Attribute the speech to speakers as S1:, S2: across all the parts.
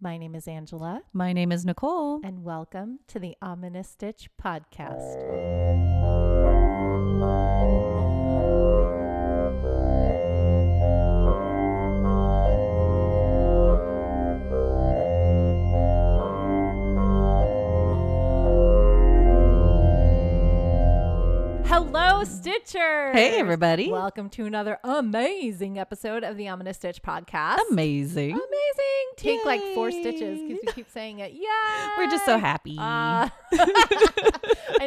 S1: My name is Angela,
S2: My name is Nicole.
S1: and welcome to the Ominous Stitch podcast. Hello, Stitchers!
S2: Hey, everybody.
S1: Welcome to another amazing episode of the Ominous Stitch podcast.
S2: Amazing.
S1: Amazing. Take like four
S2: Yay.
S1: stitches because you keep saying it. Yeah.
S2: We're just so happy.
S1: Uh, I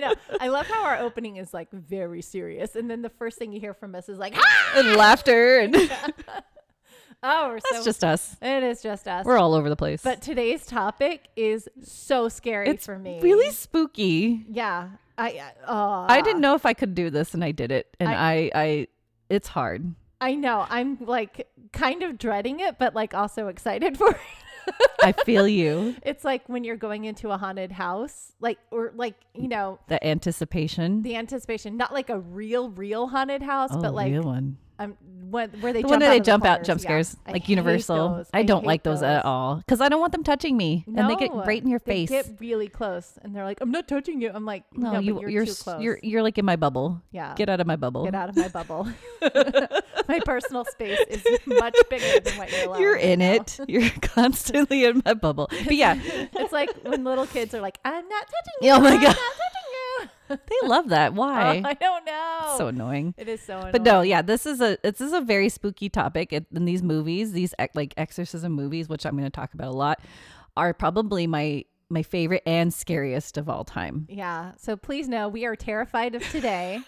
S1: know. I love how our opening is like very serious. And then the first thing you hear from us is like, ah!
S2: and laughter. And
S1: oh, we're so.
S2: that's just us.
S1: it is just us.
S2: We're all over the place.
S1: but today's topic is so scary
S2: it's
S1: for me.
S2: really spooky.
S1: Yeah. I, uh,
S2: I didn't know if I could do this, and I did it. And I, I, it's hard.
S1: I know. I'm like kind of dreading it, but like also excited for it.
S2: I feel you.
S1: It's like when you're going into a haunted house, like, or like, you know,
S2: The anticipation.
S1: the anticipation, not like a real, real haunted house,
S2: oh,
S1: but like
S2: real one.
S1: um, when, where they
S2: The
S1: jump
S2: one that
S1: out
S2: they
S1: of
S2: jump out
S1: corners.
S2: jump
S1: Yeah.
S2: scares,
S1: I
S2: like
S1: hate
S2: Universal.
S1: those.
S2: I don't
S1: hate
S2: like those, at
S1: those.
S2: all because I don't want them touching me, and they get
S1: No.
S2: right in your face.
S1: They get really close, and they're like, "I'm not touching you." I'm like, "No,
S2: no,
S1: but
S2: you,
S1: you're,
S2: you're,
S1: too
S2: s-
S1: close.
S2: you're, you're like in my bubble.
S1: yeah,
S2: Get out of my bubble.
S1: Get out of my bubble. my personal space is much bigger than what you're allowed.
S2: You're
S1: you
S2: in
S1: know?
S2: it. You're constantly in my bubble. But yeah,
S1: It's like when little kids are like, "I'm not touching you."
S2: Oh my
S1: I'm
S2: God.
S1: not touching you.
S2: they love that.
S1: Oh,
S2: Why?
S1: I don't know.
S2: so annoying.
S1: it is so. Annoying.
S2: But no, yeah, this is a this is a very spooky topic It- in these movies, these ex- like exorcism movies, which I'm going to talk about a lot, are probably my my favorite and scariest of all time.
S1: Yeah. So please know we are terrified of today,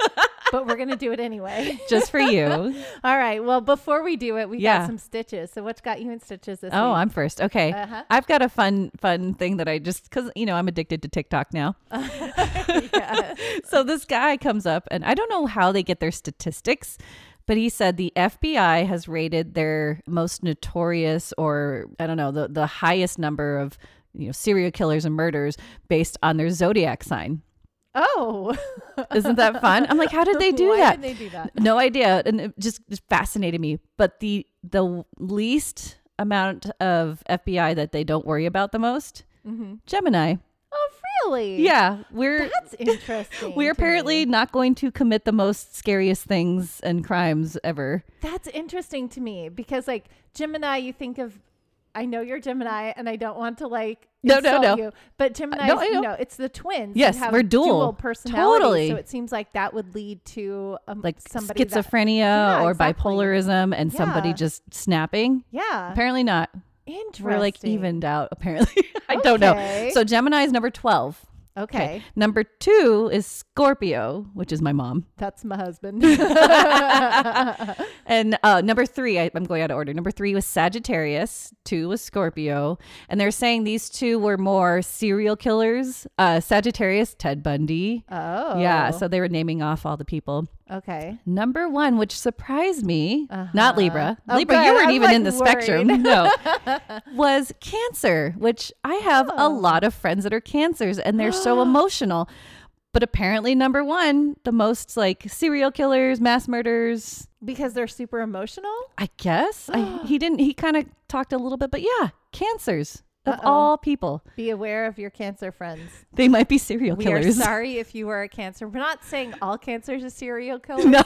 S1: but we're gonna do it anyway.
S2: Just for you.
S1: All right. Well, before we do it, we got
S2: Yeah.
S1: some stitches. So what's got you in stitches this
S2: oh,
S1: week?
S2: I'm first. Okay.
S1: Uh-huh.
S2: I've got a fun fun thing that I just cuz you know, I'm addicted to TikTok now.
S1: yeah.
S2: so this guy comes up and I don't know how they get their statistics, but he said the FBI has rated their most notorious or I don't know, the the highest number of you know serial killers and murders based on their zodiac sign.
S1: Oh.
S2: Isn't that fun? I'm like, how did they do
S1: Why
S2: that?
S1: Did they do that?
S2: no idea and it just, just fascinated me but the the least amount of fbi that they don't worry about the most gemini
S1: Oh, Mm-hmm. really?
S2: yeah we're
S1: That's interesting.
S2: we're
S1: to
S2: apparently
S1: me.
S2: not going to commit the most scariest things and crimes ever
S1: That's interesting to me because like Gemini, you think of. I know you're Gemini, and I don't want to like
S2: No, no,
S1: insult
S2: no.
S1: you, but Gemini,
S2: No, I
S1: you
S2: know.
S1: know, it's the twins. that
S2: Yes,
S1: have
S2: we're dual.
S1: dual personality.
S2: Totally.
S1: So it seems like that would lead to um,
S2: like
S1: somebody that-
S2: schizophrenia
S1: Yeah,
S2: or
S1: exactly.
S2: bipolarism and somebody
S1: Yeah.
S2: just snapping
S1: yeah,
S2: apparently not
S1: interesting.
S2: we're like evened out apparently i don't know
S1: Okay.
S2: so gemini is number 12
S1: Okay,
S2: number two is scorpio which is my mom
S1: that's my husband.
S2: And uh, number three, I, I'm going out of order. Number three was Sagittarius. Two was Scorpio. And they're saying these two were more serial killers. Uh, Sagittarius, Ted Bundy.
S1: oh,
S2: Yeah, so they were naming off all the people.
S1: okay.
S2: Number one, which surprised me,
S1: Uh-huh.
S2: not Libra.
S1: Oh,
S2: Libra,
S1: good.
S2: you weren't
S1: I'm,
S2: even
S1: like,
S2: in the spectrum. No, was Cancer, which I have
S1: Oh.
S2: a lot of friends that are Cancers, and they're so emotional. But apparently, number one, the most like serial killers, mass murders,
S1: Because they're super emotional.
S2: I guess I, he didn't. He kind of talked a little bit, but yeah, cancers of
S1: Uh-oh.
S2: all people,
S1: Be aware of your cancer friends.
S2: they might be serial
S1: We
S2: killers.
S1: are sorry if you were a cancer. We're not saying all cancers are serial killers.
S2: no,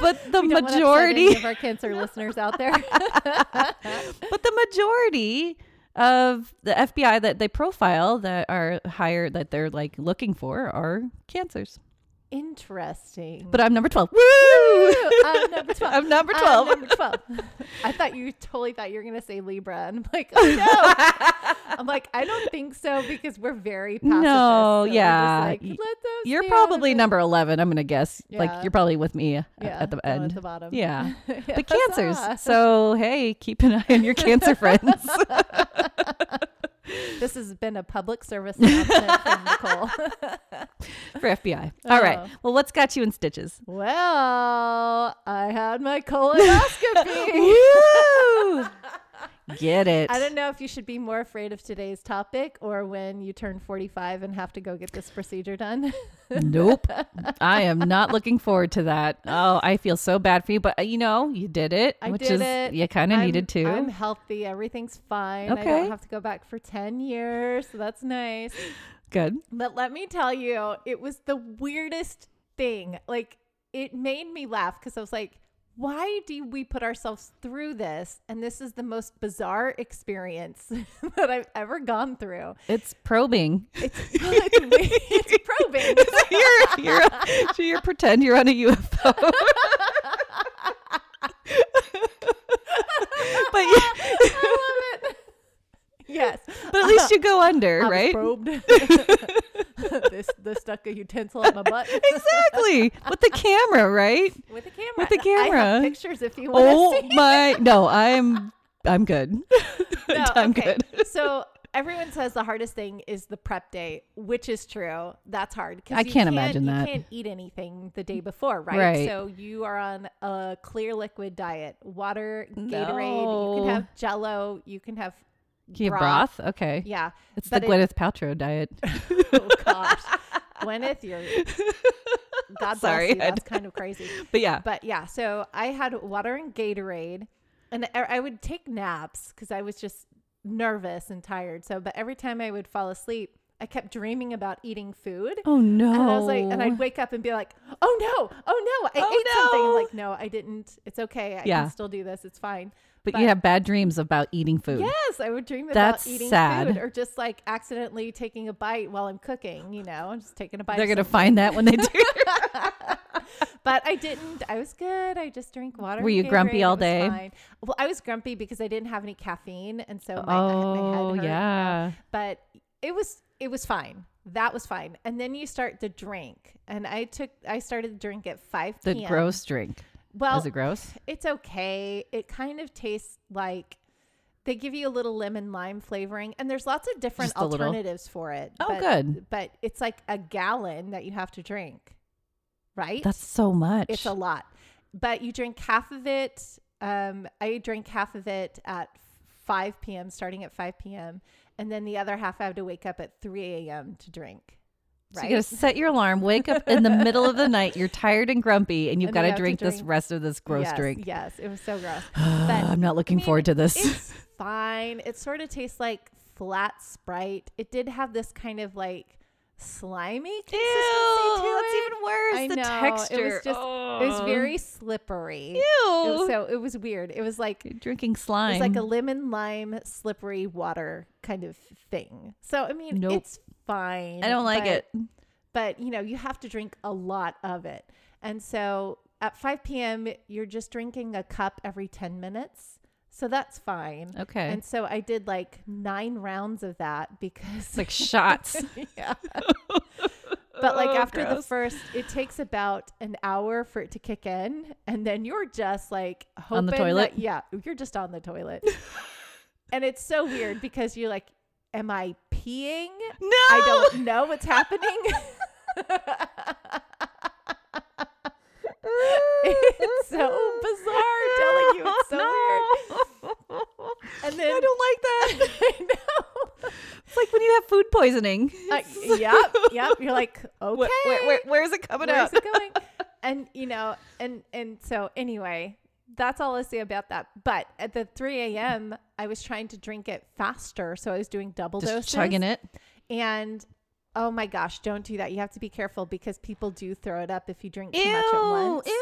S2: but the
S1: We don't wanna upset any
S2: majority,
S1: of our cancer listeners out there.
S2: but the majority of the FBI that they profile that are higher that they're like looking for are cancers.
S1: Interesting.
S2: But I'm number twelve. Woo!
S1: I'm number 12.
S2: I'm number
S1: I'm
S2: twelve.
S1: number 12. I thought you totally thought you were going to say Libra. And I'm like, oh no. I'm like, I don't think so because we're very pacifist.
S2: No,
S1: So we're just
S2: yeah.
S1: like,
S2: Y-
S1: "Let us
S2: you're
S1: be
S2: probably
S1: out of it."
S2: number eleven. I'm gonna guess.
S1: Yeah.
S2: Like you're probably with me at-
S1: Yeah,
S2: at the
S1: down
S2: end.
S1: At the bottom.
S2: Yeah.
S1: Huzzah.
S2: But cancers. So hey, keep an eye on your cancer friends.
S1: This has been a public service announcement from Nicole.
S2: for FBI. All right.
S1: Oh.
S2: Well, what's got you in stitches?
S1: Well, I had my colonoscopy.
S2: Woo! Get it.
S1: I don't know if you should be more afraid of today's topic or when you turn 45 and have to go get this procedure done.
S2: Nope. I am not looking forward to that. Oh, I feel so bad for you, but uh, you know, you did it,
S1: I
S2: which
S1: did
S2: is
S1: it.
S2: you kind of
S1: I'm-
S2: needed to.
S1: I'm healthy. Everything's fine. I
S2: Okay.
S1: don't have to go back for 10 years. So that's nice.
S2: Good.
S1: But let me tell you, it was the weirdest thing. Like, it made me laugh because I was like, why do we put ourselves through this? And this is the most bizarre experience that I've ever gone through.
S2: It's probing.
S1: It's, well, it's, weird. it's probing.
S2: you're, you're, so you're pretend you're on a UFO. but you-
S1: I love it. Yes.
S2: but at least you go under,
S1: I was
S2: right?
S1: probed. this, this stuck a utensil up my butt
S2: exactly. With the camera, right?
S1: with a camera.
S2: With the
S1: I
S2: camera.
S1: have pictures if you want to see.
S2: Oh my! No, I'm I'm good.
S1: No,
S2: I'm
S1: okay.
S2: good.
S1: so everyone says the hardest thing is the prep day, which is true. That's hard. 'cause
S2: I
S1: you
S2: can't imagine that.
S1: You can't eat anything the day before, right?
S2: Right.
S1: So you are on a clear liquid diet. Water, Gatorade, you
S2: No.
S1: can have jello, you can have
S2: Can you
S1: broth.
S2: broth? Okay.
S1: Yeah.
S2: It's
S1: but
S2: the
S1: it-
S2: Gwyneth Paltrow diet.
S1: Oh gosh. Gwyneth, you're God
S2: Sorry,
S1: bless you.
S2: I
S1: That's kind of crazy.
S2: But yeah,
S1: But yeah, so I had water and Gatorade, and I- I would take naps because I was just nervous and tired. So, but every time I would fall asleep, I kept dreaming about eating food.
S2: Oh no!
S1: And I was like, and I'd wake up and be like, oh no, oh no, I
S2: Oh,
S1: ate something. I'm
S2: no.
S1: like, no, I didn't. It's okay. I
S2: Yeah.
S1: can still do this. It's fine.
S2: but, you have bad dreams about eating food.
S1: Yes, I would dream about
S2: That's
S1: eating
S2: sad.
S1: food or just like accidentally taking a bite while I'm cooking, you know, I'm just taking a bite.
S2: They're
S1: of
S2: gonna find that when they do.
S1: But I didn't. I was good. I just drank water.
S2: Were
S1: and
S2: you grumpy
S1: Gatorade.
S2: all
S1: It was
S2: day?
S1: fine. Well, I was grumpy because I didn't have any caffeine, and so my, my head
S2: oh
S1: hurt.
S2: yeah.
S1: But it was it was fine. That was fine. And then you start to drink, and I took I started to drink at five
S2: The
S1: p.m.
S2: gross drink.
S1: Well,
S2: Is it gross?
S1: it's okay. It kind of tastes like they give you a little lemon lime flavoring, and there's lots of different
S2: Just a little.
S1: alternatives for it.
S2: Oh,
S1: but,
S2: good.
S1: But it's like a gallon that you have to drink, right?
S2: That's so much.
S1: It's a lot. But you drink half of it. Um, I drank half of it at 5 p.m., starting at 5 p.m. And then the other half I had to wake up at 3 a.m. to drink.
S2: So
S1: Right.
S2: you gotta set your alarm, wake up in the middle of the night, you're tired and grumpy, and you've
S1: And you
S2: gotta
S1: have to
S2: drink, this
S1: drink-
S2: rest of this gross
S1: yes,
S2: drink.
S1: Yes. It was so gross. But
S2: I'm not looking
S1: I mean,
S2: forward to this.
S1: It's fine. It sort of tastes like flat Sprite. It did have this kind of like slimy consistency to
S2: that's
S1: it.
S2: even worse.
S1: I
S2: the
S1: know.
S2: texture. Oh.
S1: It was just it was
S2: Ugh.
S1: very slippery.
S2: Ew.
S1: It was- so it was weird. It was like
S2: You're drinking slime.
S1: It's like a lemon lime slippery water kind of thing. So I mean,
S2: Nope.
S1: it's fine.
S2: I don't like
S1: but-
S2: it.
S1: But you know, you have to drink a lot of it. And so at 5 p.m., you're just drinking a cup every 10 minutes. So that's fine.
S2: Okay.
S1: And so I did like nine rounds of that because
S2: it's like shots.
S1: yeah. But like
S2: Oh,
S1: after the
S2: gross.
S1: first, it takes about an hour for it to kick in, and then you're just like hoping
S2: On the toilet?
S1: That, yeah, you're just on the toilet, and it's so weird because you're like, "Am I peeing?
S2: no.
S1: I don't know what's happening." it's so bizarre, I'm telling you, it's so weird.
S2: weird.
S1: And then
S2: I don't like that.
S1: I know.
S2: It's like when you have food poisoning.
S1: Uh, yep, yep. You're like, okay.
S2: Wh- where, where, where is it coming
S1: Where's
S2: out?
S1: it going? uh, and you know, and and so anyway, that's all I say about that. But at the 3 a.m., I was trying to drink it faster, so I was doing double
S2: Just
S1: doses.
S2: chugging it.
S1: And oh my gosh, don't do that. You have to be careful because people do throw it up if you drink too much at once.
S2: ew.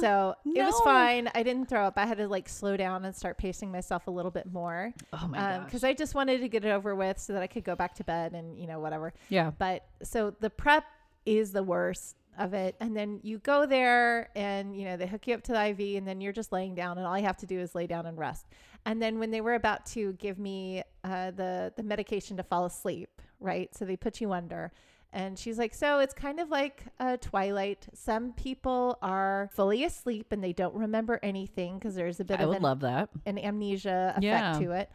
S1: So it was
S2: No.
S1: fine. I didn't throw up. I had to like slow down and start pacing myself a little bit more
S2: oh my
S1: because
S2: gosh.
S1: I just wanted to get it over with so that I could go back to bed and you know whatever.
S2: Yeah.
S1: But so the prep is the worst of it. And then you go there and, you know, they hook you up to the IV and then you're just laying down and all you have to do is lay down and rest. And then when they were about to give me uh, the, the medication to fall asleep, right? So they put you under. And she's like, so it's kind of like uh, Twilight. Some people are fully asleep and they don't remember anything because there's a bit
S2: I
S1: of
S2: would
S1: an
S2: love that.
S1: an amnesia effect
S2: Yeah.
S1: to it.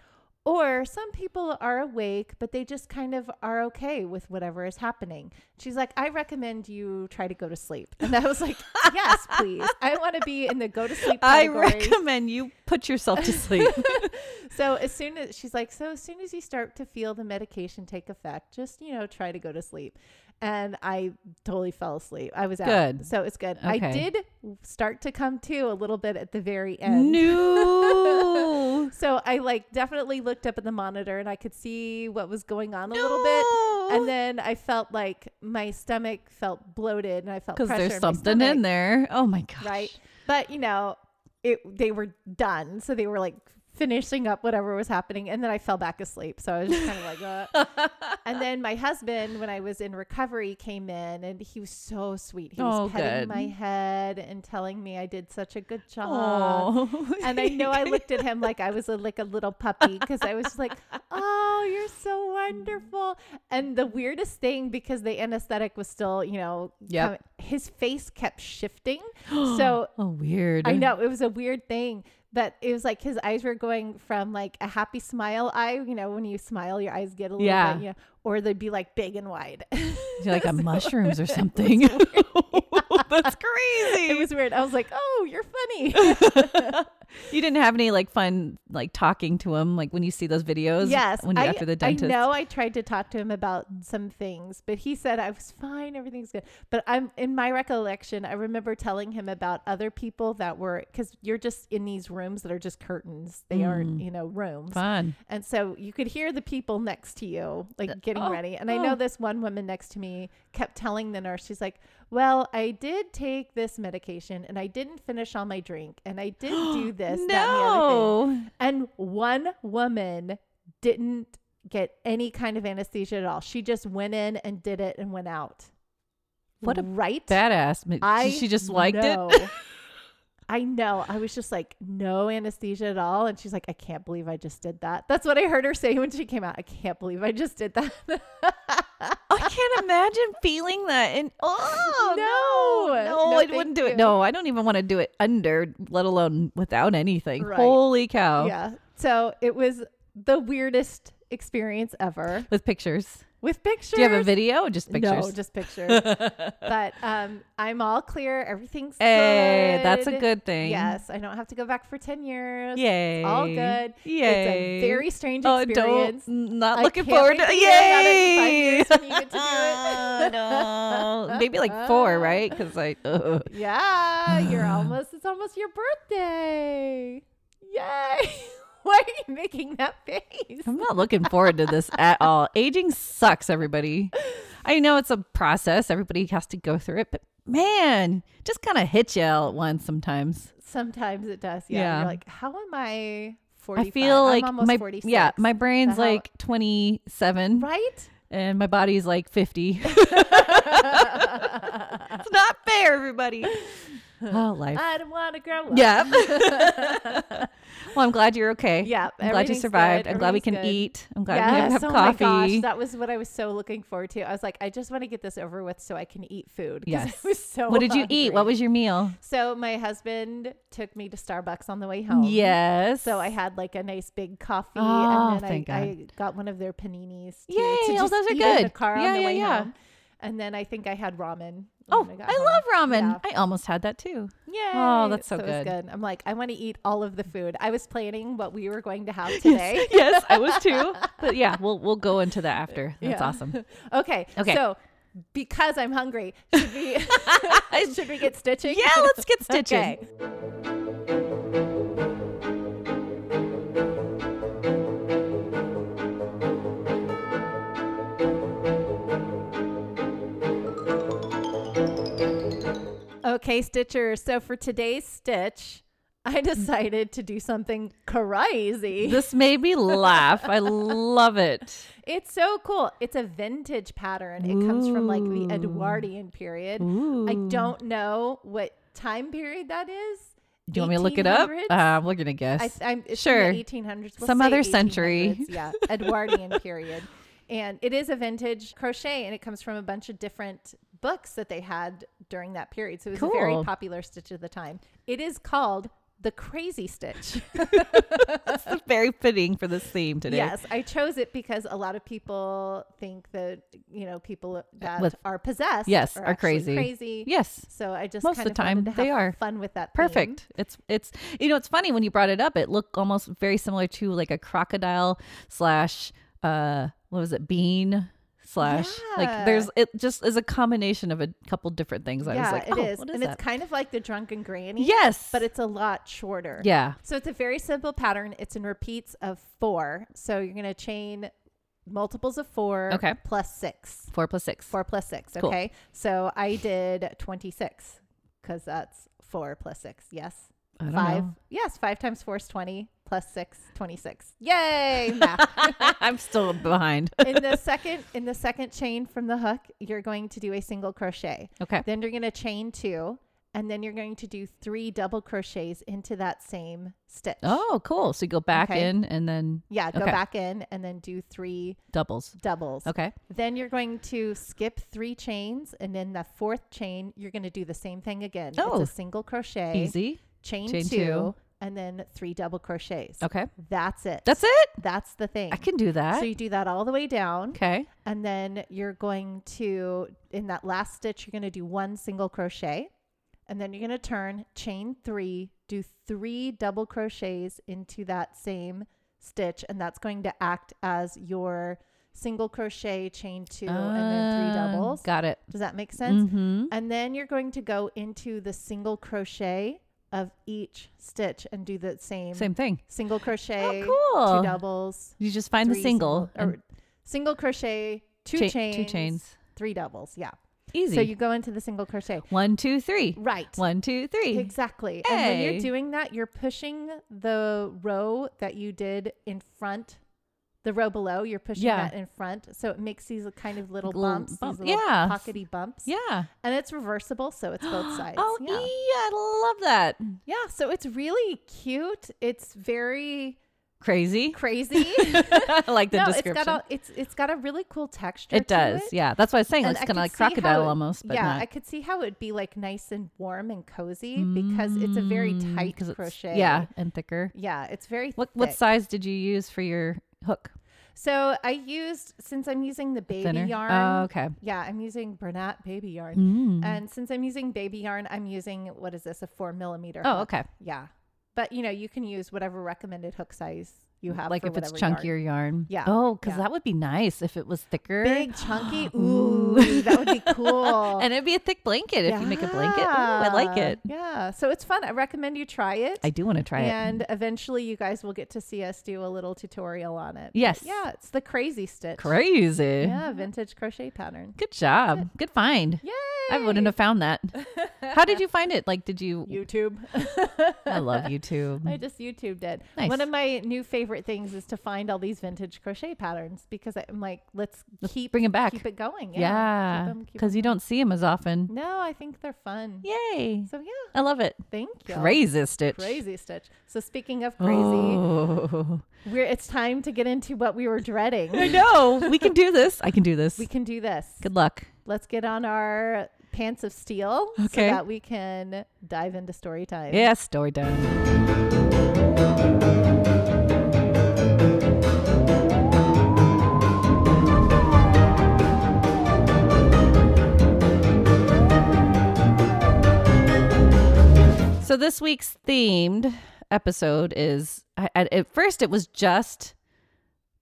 S1: Or some people are awake, but they just kind of are okay with whatever is happening. She's like, I recommend you try to go to sleep. And I was like, yes, please. I want to be in the go to sleep
S2: I
S1: category.
S2: recommend you put yourself to sleep.
S1: so as soon as she's like, so as soon as you start to feel the medication take effect, just you know, try to go to sleep. And I totally fell asleep. I was out.
S2: Good.
S1: So it's good. I
S2: Okay.
S1: did start to come to a little bit at the very end.
S2: no.
S1: So I like definitely looked up at the monitor and I could see what was going on a little bit. And then I felt like my stomach felt bloated and I felt
S2: because
S1: pressure
S2: there's
S1: in my
S2: something in
S1: stomach,
S2: there. Oh my gosh.
S1: Right. But you know, it they were done. So they were like finishing up whatever was happening and then I fell back asleep. So I was just kind of like uh, and then my husband, when I was in recovery, came in and he was so sweet. He was
S2: Oh,
S1: petting
S2: good.
S1: my head and telling me I did such a good job.
S2: Oh.
S1: Uh-huh. And I know I looked at him like I was a, like a little puppy because I was just like, "Oh, you're so wonderful." And the weirdest thing because the anesthetic was still, you know,
S2: Yep.
S1: coming- his face kept shifting. so
S2: Oh, weird.
S1: I know it was a weird thing, but it was like his eyes were going from like a happy smile eye, you know, when you smile, your eyes get a little
S2: Yeah.
S1: bit, you know, or they'd be like big and wide.
S2: You're like on mushrooms or something. That's crazy.
S1: it was weird. I was like, "Oh, you're funny."
S2: you didn't have any like fun like talking to him like when you see those videos.
S1: Yes.
S2: When you're
S1: I,
S2: after the dentist.
S1: I know I tried to talk to him about some things, but he said I was fine, everything's good. But I'm in my recollection, I remember telling him about other people that were because you're just in these rooms that are just curtains. They
S2: Mm.
S1: aren't, you know, rooms.
S2: Fun.
S1: And so you could hear the people next to you, like getting
S2: oh,
S1: ready. And I know
S2: oh.
S1: this one woman next to me kept telling the nurse, she's like, Well, I did take this medication and I didn't finish all my drink and I did do this, that, and the other thing.
S2: no.
S1: And one woman didn't get any kind of anesthesia at all. She just went in and did it and went out.
S2: What a
S1: right?
S2: Badass. Ma-
S1: I
S2: she just liked it.
S1: know. I know. I was just like, no anesthesia at all. And she's like, I can't believe I just did that. That's what I heard her say when she came out. I can't believe I just did that.
S2: I can't imagine feeling that. And oh
S1: No.
S2: no, no,
S1: No,
S2: I wouldn't
S1: thank
S2: do
S1: you.
S2: it. No, I don't even want to do it under, let alone without anything.
S1: Right.
S2: Holy cow!
S1: yeah. So it was the weirdest experience ever
S2: With pictures.
S1: with pictures.
S2: Do you have a video? Or just pictures.
S1: No, just pictures. but um, I'm all clear. Everything's
S2: hey,
S1: good.
S2: that's a good thing.
S1: Yes, I don't have to go back for ten years.
S2: Yay.
S1: It's all good.
S2: Yay.
S1: It's a very strange
S2: Oh,
S1: experience.
S2: don't. Not
S1: I
S2: looking
S1: can't
S2: forward
S1: wait
S2: to
S1: to hear about it in five
S2: Yay.
S1: years when you get to do it.
S2: Oh, no. Maybe like four, right? Because I. ugh.
S1: Yeah, you're almost. It's almost your birthday. Yay! Why are you making that face?
S2: I'm not looking forward to this at all. Aging sucks, everybody. I know it's a process. Everybody has to go through it, but man, just kind of hits you all at once sometimes.
S1: Sometimes it does. Yeah.
S2: Yeah.
S1: You're like, how am I? 45?
S2: I feel like
S1: I'm almost
S2: my
S1: 46.
S2: yeah, my brain's
S1: So how-
S2: like 27
S1: right.
S2: and my body's like 50. it's not fair, everybody. Oh, life.
S1: I don't want to grow up.
S2: Yeah. well, I'm glad you're okay.
S1: Yep,
S2: I'm glad you
S1: everything's
S2: survived.
S1: good,
S2: I'm glad we can
S1: everything's good.
S2: eat. I'm glad we
S1: Yes.
S2: have,
S1: oh
S2: coffee.
S1: my gosh, that was what I was so looking forward to. I was like, I just want to get this over with so I can eat food. 'cause
S2: Yes.
S1: I was so.
S2: what did you eat? What
S1: hungry.
S2: was your meal?
S1: So my husband took me to Starbucks on the way home.
S2: Yes.
S1: Oh, So I had like a nice big coffee,
S2: Oh,
S1: and then
S2: thank
S1: I, I got one of their paninis. Too,
S2: Yay,
S1: To
S2: oh,
S1: just
S2: those are
S1: eat in the
S2: good.
S1: car on
S2: Yeah,
S1: the
S2: yeah,
S1: way
S2: yeah.
S1: home. And then I think I had ramen.
S2: Oh,
S1: when got
S2: I
S1: home.
S2: love ramen.
S1: Yeah.
S2: I almost had that too.
S1: Yay.
S2: Oh, that's so
S1: it was
S2: good.
S1: I'm like, I want to eat all of the food. I was planning what we were going to have today.
S2: yes, I was too. But yeah, we'll we'll go into that after. That's
S1: Yeah.
S2: awesome.
S1: Okay.
S2: Okay.
S1: So because I'm hungry, should we should we get stitching?
S2: Yeah, let's get stitching.
S1: Okay. Okay, Stitcher. So for today's stitch,
S2: Mm-hmm.
S1: I decided to do something crazy.
S2: This made me laugh. I love it.
S1: It's so cool. It's a vintage pattern. It comes from like the Edwardian period. I don't know what time period that is.
S2: Do you want me to look it up?
S1: 1800s?
S2: Uh, I'm looking to guess.
S1: I, I'm it's
S2: sure.
S1: in the 1800s. We'll
S2: Some
S1: say
S2: other century.
S1: 1800s. Yeah, Edwardian period. And it is a vintage crochet, and it comes from a bunch of different books that they had during that period. So it was a very
S2: Cool.
S1: popular stitch of the time. It is called the crazy stitch.
S2: That's the very fitting for this theme today.
S1: Yes, I chose it because a lot of people think that you know people that
S2: Uh, With-
S1: are possessed.
S2: Yes, are
S1: actually
S2: crazy.
S1: Crazy.
S2: Yes.
S1: So I just
S2: Most
S1: kind
S2: of the time,
S1: wanted to
S2: they
S1: have
S2: are.
S1: fun with that. theme.
S2: Perfect.
S1: Mm-hmm.
S2: It's it's you know it's funny when you brought it up. It looked almost very similar to like a crocodile slash uh what was it bean slash like there's it just is a combination of a couple different things. I was
S1: Yeah,
S2: like,
S1: it is,
S2: oh, what is
S1: and
S2: that?
S1: it's kind of like the drunken granny.
S2: yes,
S1: but it's a lot shorter.
S2: yeah,
S1: So it's a very simple pattern. It's in repeats of four. So you're going to chain multiples of four
S2: Okay.
S1: plus six.
S2: four plus six.
S1: Four plus six.
S2: Cool.
S1: Okay. So I did 26 because that's four plus six. Yes.
S2: I don't
S1: Five.
S2: know.
S1: Yes. Five times four is 20 plus six, 26. Yay. Math.
S2: I'm still behind.
S1: in the second in the second chain from the hook, you're going to do a single crochet.
S2: okay.
S1: Then you're going to chain two, and then you're going to do three double crochets into that same stitch.
S2: Oh, cool. So you go back
S1: Okay.
S2: in and then
S1: Yeah, go
S2: Okay.
S1: back in and then do three
S2: doubles.
S1: doubles.
S2: Okay.
S1: Then you're going to skip three chains, and in the fourth chain, you're going to do the same thing again.
S2: Oh.
S1: It's a single crochet,
S2: Easy.
S1: chain,
S2: Chain
S1: two,
S2: two.
S1: and then three double crochets.
S2: Okay.
S1: That's it.
S2: That's it.
S1: That's the thing.
S2: I can do that.
S1: so you do that all the way down,
S2: okay.
S1: and then you're going to in that last stitch, you're going to do one single crochet, and then you're going to turn, chain three, do three double crochets into that same stitch, and that's going to act as your single crochet, chain two, and then three
S2: Ah,
S1: doubles.
S2: Got it.
S1: Does that make sense?
S2: hmm
S1: And then you're going to go into the single crochet of each stitch and do the same,
S2: Same thing.
S1: single crochet,
S2: cool.
S1: two doubles,
S2: You just find the
S1: three
S2: single,
S1: single,
S2: and
S1: or single crochet, two
S2: cha-
S1: chains,
S2: two chains.
S1: three doubles. Yeah.
S2: Easy.
S1: So you go into the single crochet.
S2: one, two, three.
S1: Right.
S2: One, two, three.
S1: Exactly. And when
S2: Hey.
S1: you're doing that, you're pushing the row that you did in front, the row below, you're pushing
S2: Yeah.
S1: that in front. So it makes these kind of little
S2: Little
S1: bumps,
S2: bump-
S1: these little
S2: yeah.
S1: pockety bumps.
S2: Yeah.
S1: And it's reversible, so it's both sides.
S2: Oh, yeah.
S1: yeah.
S2: I love that.
S1: Yeah, so it's really cute. It's very
S2: Crazy.
S1: crazy.
S2: I like the
S1: no, it's
S2: description.
S1: got a it's it's got a really cool texture.
S2: it
S1: to
S2: does.
S1: it.
S2: Yeah. That's what I was saying.
S1: And
S2: It's
S1: I
S2: kind
S1: could
S2: of like
S1: see how
S2: crocodile
S1: it-
S2: almost, but
S1: yeah,
S2: not.
S1: I could see how it'd be like nice and warm and cozy because it's a very
S2: Mm,
S1: tight
S2: 'cause it's-
S1: crochet.
S2: Yeah, and thicker.
S1: yeah, it's very
S2: What what
S1: thick.
S2: size did you use for your hook?
S1: So I used since I'm using the baby
S2: Thinner.
S1: yarn.
S2: Oh, okay.
S1: Yeah, I'm using Bernat baby yarn,
S2: Mm.
S1: and since I'm using baby yarn, I'm using what is this a four millimeter?
S2: oh,
S1: hook.
S2: okay.
S1: Yeah. But you know, you can use whatever recommended hook size you have.
S2: Like
S1: for
S2: if it's
S1: whatever yarn.
S2: chunkier yarn.
S1: Yeah,
S2: Oh, because
S1: yeah.
S2: that would be nice if it was thicker.
S1: Big chunky. Ooh, that would be cool.
S2: and it'd be a thick blanket if you make a blanket. Ooh, I like
S1: Yeah.
S2: it.
S1: Yeah. So it's fun. I recommend you try it.
S2: I do want to try it.
S1: and eventually you guys will get to see us do a little tutorial on it. But
S2: Yes.
S1: Yeah, it's the crazy stitch.
S2: Crazy.
S1: Yeah, vintage crochet pattern.
S2: Good job. Good find.
S1: Yay.
S2: I wouldn't have found that. How did you find it? Like, did you?
S1: YouTube.
S2: I love YouTube.
S1: I just YouTubed it.
S2: Nice.
S1: One of my new favorite things is to find all these vintage crochet patterns because I'm like, let's, keep
S2: bring 'em back.
S1: keep it going. Yeah,
S2: yeah,
S1: keep 'em, Mm. keep 'em.
S2: because you don't see them as often.
S1: No, I think they're fun.
S2: Yay!
S1: So yeah,
S2: I love it.
S1: thank you.
S2: Crazy stitch.
S1: Crazy stitch. So speaking of crazy,
S2: Oh.
S1: we're it's time to get into what we were dreading.
S2: I know. We can do this. I can do this.
S1: we can do this.
S2: Good luck.
S1: Let's get on our pants of steel so
S2: Okay.
S1: that we can dive into story time.
S2: Yeah, story time. So this week's themed episode is I, I- at first it was just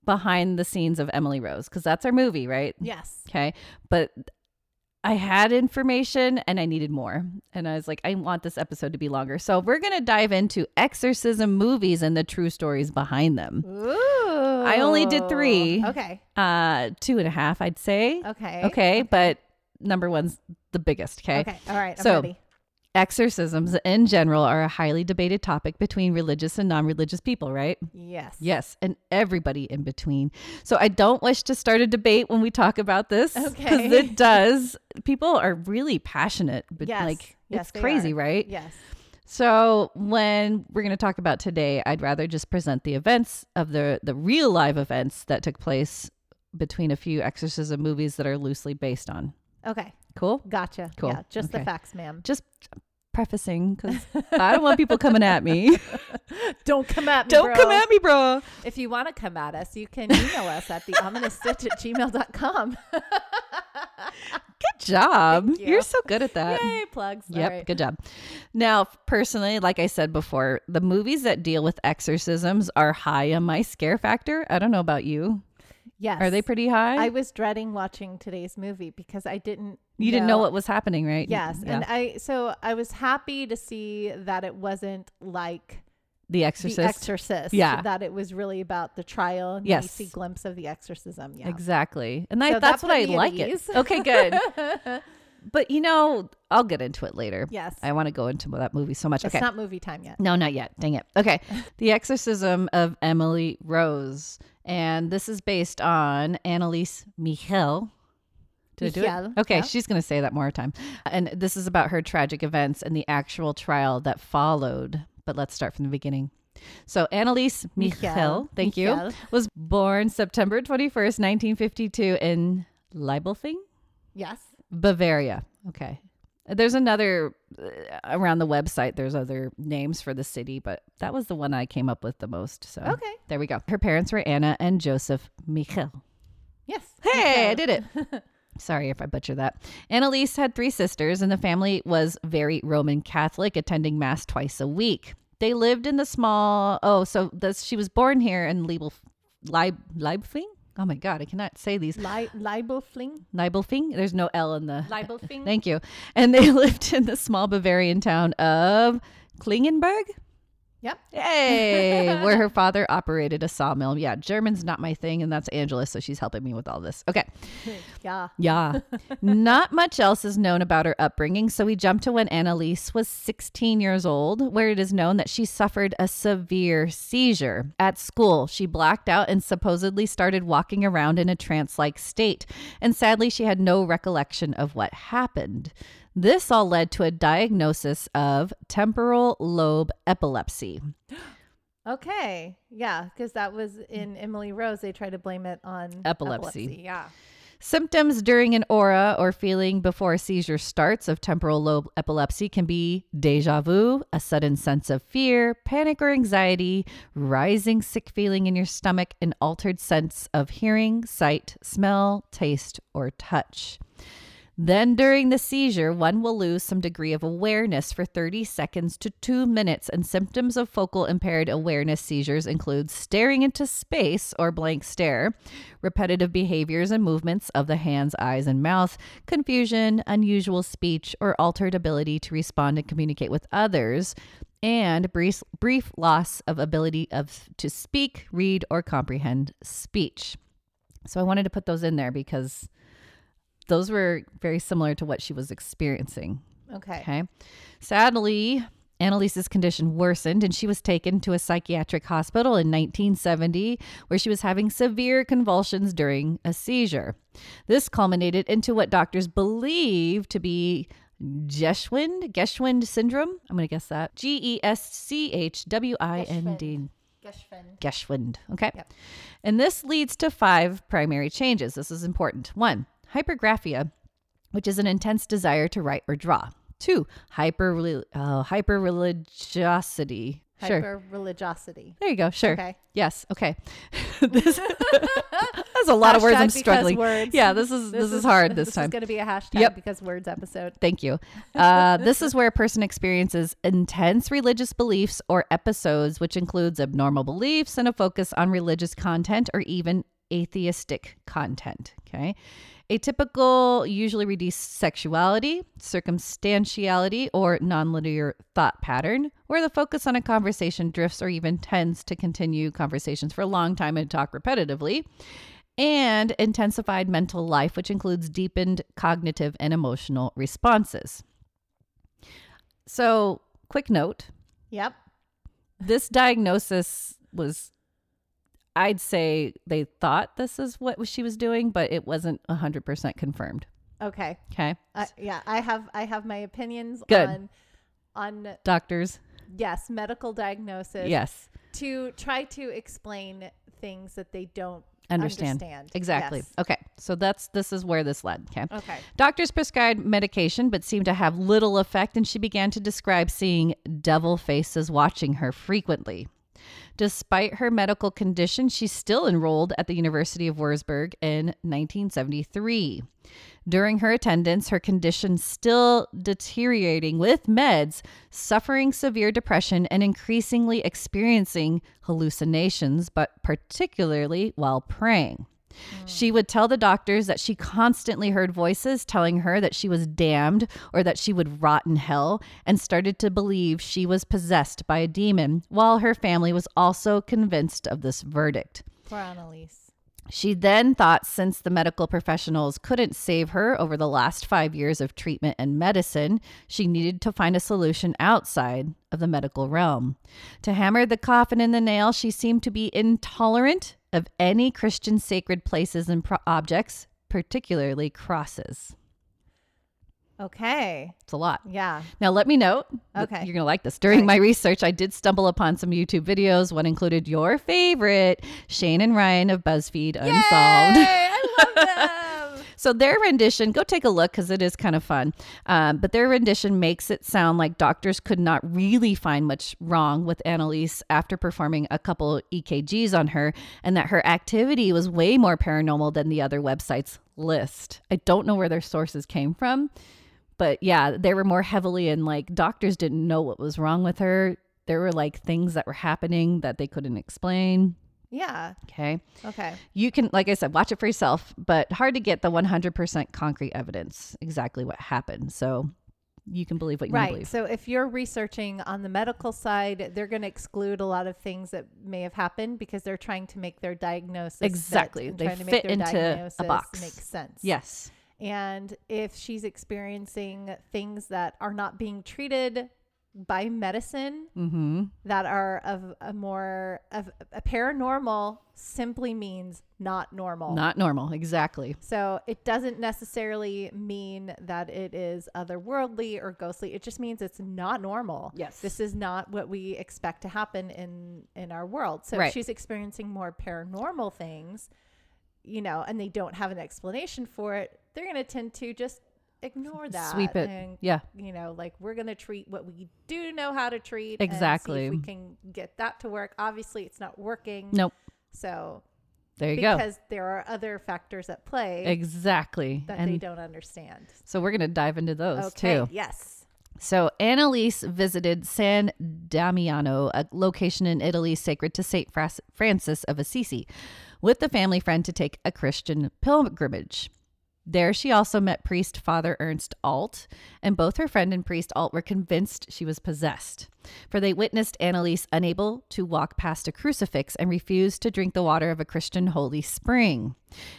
S2: behind the scenes of Emily Rose because that's our movie, right?
S1: Yes.
S2: Okay. But I had information and I needed more. And I was like, I want this episode to be longer. So we're going to dive into exorcism movies and the true stories behind them.
S1: Ooh.
S2: I only did three.
S1: Okay.
S2: Uh, two and a half, I'd say.
S1: Okay.
S2: Okay. But number one's the biggest. Okay.
S1: Okay. All right. I'm
S2: So-
S1: ready.
S2: Exorcisms in general are a highly debated topic between religious and non religious people, right?
S1: Yes.
S2: Yes, and everybody in between. So I don't wish to start a debate when we talk about this
S1: Okay.
S2: it does. People are really passionate, but
S1: Yes.
S2: like
S1: Yes, they
S2: it's crazy,
S1: are.
S2: right?
S1: Yes.
S2: So when we're going to talk about today, I'd rather just present the events of the the real live events that took place between a few exorcism movies that are loosely based on.
S1: Okay.
S2: Cool?
S1: Gotcha.
S2: Cool.
S1: Yeah. Just the
S2: Okay.
S1: facts, ma'am.
S2: Just prefacing because I don't want people coming at me.
S1: Don't come at me.
S2: Don't
S1: bro.
S2: come at me, bro.
S1: If you want to come at us, you can email us at the stitch at gmail.com.
S2: Good job.
S1: Thank you.
S2: are so good at that.
S1: Yay, plugs. All
S2: Uh, Yep,
S1: right.
S2: good job. Now, personally, like I said before, the movies that deal with exorcisms are high on my scare factor. I don't know about you.
S1: Yes.
S2: Are they pretty high?
S1: I was dreading watching today's movie because I didn't.
S2: you didn't know what was happening, right?
S1: Yes,
S2: Yeah.
S1: and I so I was happy to see that it wasn't like
S2: the Exorcist.
S1: The Exorcist.
S2: Yeah.
S1: that it was really about the trial. And yes,
S2: Yes.
S1: we see glimpse of the exorcism. Yeah,
S2: Exactly. And I,
S1: So
S2: that's
S1: that
S2: what I
S1: put me at
S2: like
S1: ease.
S2: it. Okay, good. but you know, I'll get into it later.
S1: Yes.
S2: I want to go into that movie so much.
S1: it's
S2: okay.
S1: not movie time yet.
S2: No, not yet. Dang it. Okay. the Exorcism of Emily Rose. And this is based on Annalise Michel. Did I do
S1: Michel,
S2: it? Okay,
S1: yeah.
S2: she's going to say that more time. And this is about her tragic events and the actual trial that followed. But let's start from the beginning. So Annalise Michel,
S1: Michel,
S2: thank
S1: Michel.
S2: you, was born September 21st, 1952 in Leibelfing,
S1: Yes,
S2: Bavaria. Okay. There's another uh, around the website. There's other names for the city, but that was the one I came up with the most. So
S1: Okay.
S2: there we go. Her parents were Anna and Joseph Michel.
S1: yes.
S2: Hey, I did it. Sorry if I butcher that. Annalise had three sisters, and the family was very Roman Catholic, attending mass twice a week. They lived in the small. Oh, so this, she was born here in Liebel, Lieb, Liebfing. Oh my God, I cannot say these.
S1: Li- libel fling,
S2: Liebelfing. There's no L in the
S1: libel fling.
S2: Thank you. And they lived in the small Bavarian town of Klingenberg.
S1: yep.
S2: Hey, where her father operated a sawmill. Yeah, German's not my thing, and that's Angela, so she's helping me with all this. Okay.
S1: Yeah.
S2: Yeah. Not much else is known about her upbringing, so we jump to when Annalise was 16 years old, where it is known that she suffered a severe seizure. At school, she blacked out and supposedly started walking around in a trance like state, and sadly, she had no recollection of what happened. This all led to a diagnosis of temporal lobe epilepsy.
S1: Okay. Yeah, because that was in Emily Rose. They try to blame it on
S2: Epilepsy.
S1: Yeah.
S2: Symptoms during an aura or feeling before a seizure starts of temporal lobe epilepsy can be deja vu, a sudden sense of fear, panic or anxiety, rising sick feeling in your stomach, an altered sense of hearing, sight, smell, taste, or touch. Then during the seizure, one will lose some degree of awareness for 30 seconds to two minutes, and symptoms of focal impaired awareness seizures include staring into space or blank stare, repetitive behaviors and movements of the hands, eyes, and mouth, confusion, unusual speech, or altered ability to respond and communicate with others, and brief, brief loss of ability of to speak, read, or comprehend speech. So I wanted to put those in there because those were very similar to what she was experiencing.
S1: Okay.
S2: Okay. Sadly, Annalise's condition worsened and she was taken to a psychiatric hospital in 1970 where she was having severe convulsions during a seizure. This culminated into what doctors believe to be Geschwind, Geschwind syndrome. I'm going to guess that. G E S C H W I N D. Geschwind. Okay.
S1: Yep.
S2: And this leads to five primary changes. This is important. One, hypergraphia, which is an intense desire to write or draw. Two, hyper uh, hyper religiosity. Sure.
S1: Hyper religiosity.
S2: there you go. Sure.
S1: Okay.
S2: Yes. Okay. this, that's a lot of words
S1: Hashtag
S2: I'm
S1: because
S2: struggling.
S1: words.
S2: Yeah. This is this, is hard this,
S1: This
S2: time.
S1: is going to be a hashtag
S2: Yep.
S1: because words episode.
S2: Thank you. Uh, this is where a person experiences intense religious beliefs or episodes, which includes abnormal beliefs and a focus on religious content or even atheistic content. Okay. Atypical usually reduced sexuality, circumstantiality, or non-linear thought pattern, where the focus on a conversation drifts or even tends to continue conversations for a long time and talk repetitively and intensified mental life, which includes deepened cognitive and emotional responses. So, quick note
S1: Yep.
S2: this diagnosis was, I'd say they thought this is what she was doing, but it wasn't 100% confirmed.
S1: Okay.
S2: Okay.
S1: Uh, yeah, I have I have my opinions
S2: Good.
S1: on on
S2: Doctors,
S1: yes, medical diagnosis
S2: yes,
S1: to try to explain things that they don't
S2: understand. Exactly.
S1: Yes.
S2: Okay. So that's this is where this led. Okay.
S1: Okay.
S2: Doctors prescribed medication but seemed to have little effect, and she began to describe seeing devil faces watching her frequently. Despite her medical condition, she still enrolled at the University of Würzburg in 1973. During her attendance, her condition still deteriorating with meds, suffering severe depression, and increasingly experiencing hallucinations, but particularly while praying. She would tell the doctors that she constantly heard voices telling her that she was damned or that she would rot in hell and started to believe she was possessed by a demon, while her family was also convinced of this verdict.
S1: Poor Annalise.
S2: She then thought since the medical professionals couldn't save her over the last five years of treatment and medicine, she needed to find a solution outside of the medical realm. To hammer the coffin and the nail, she seemed to be intolerant of any Christian sacred places and pro- objects, particularly crosses.
S1: Okay.
S2: It's a lot.
S1: Yeah.
S2: Now, let me note that
S1: Okay.
S2: you're going to like this. During my research, I did stumble upon some YouTube videos. One included your favorite, Shane and Ryan of BuzzFeed Unsolved.
S1: Yay! I love them.
S2: So their rendition, go take a look because it is kind of fun. Um, but their rendition makes it sound like doctors could not really find much wrong with Annalise after performing a couple EKGs on her, and that her activity was way more paranormal than the other websites list. I don't know where their sources came from, but yeah, they were more heavily in like doctors didn't know what was wrong with her. There were like things that were happening that they couldn't explain.
S1: yeah.
S2: Okay
S1: Okay.
S2: you can like i said watch it for yourself but hard to get the 100% concrete evidence exactly what happened so you can believe what you want to
S1: Right.
S2: believe
S1: So if you're researching on the medical side, they're going to exclude a lot of things that may have happened because they're trying to make their diagnosis fit
S2: Exactly.
S1: and
S2: They
S1: trying to
S2: fit
S1: make their
S2: into a
S1: diagnosis
S2: box.
S1: make sense.
S2: yes
S1: And if she's experiencing things that are not being treated by medicine
S2: mm-hmm
S1: that are of a more of a paranormal simply means not normal.
S2: not normal exactly
S1: So it doesn't necessarily mean that it is otherworldly or ghostly. It just means it's not normal.
S2: Yes.
S1: This is not what we expect to happen in in our world. So
S2: Right.
S1: if she's experiencing more paranormal things, you know, and they don't have an explanation for it, they're going to tend to just ignore that
S2: sweep it
S1: and
S2: yeah
S1: you know, like we're going to treat what we do know how to treat and see if
S2: Exactly.
S1: we can get that to work. Obviously, it's not working.
S2: nope
S1: So
S2: there you go
S1: because there are other factors at play
S2: exactly
S1: that they
S2: and
S1: don't understand.
S2: so we're gonna dive into those
S1: Okay.
S2: too
S1: Yes.
S2: So Annalise visited San Damiano, a location in Italy sacred to Saint Fras- Francis of Assisi, with the family friend to take a Christian pilgrimage. There she also met priest Father Ernst Alt, and both her friend and priest Alt were convinced she was possessed, for they witnessed Annalise unable to walk past a crucifix and refused to drink the water of a Christian holy spring.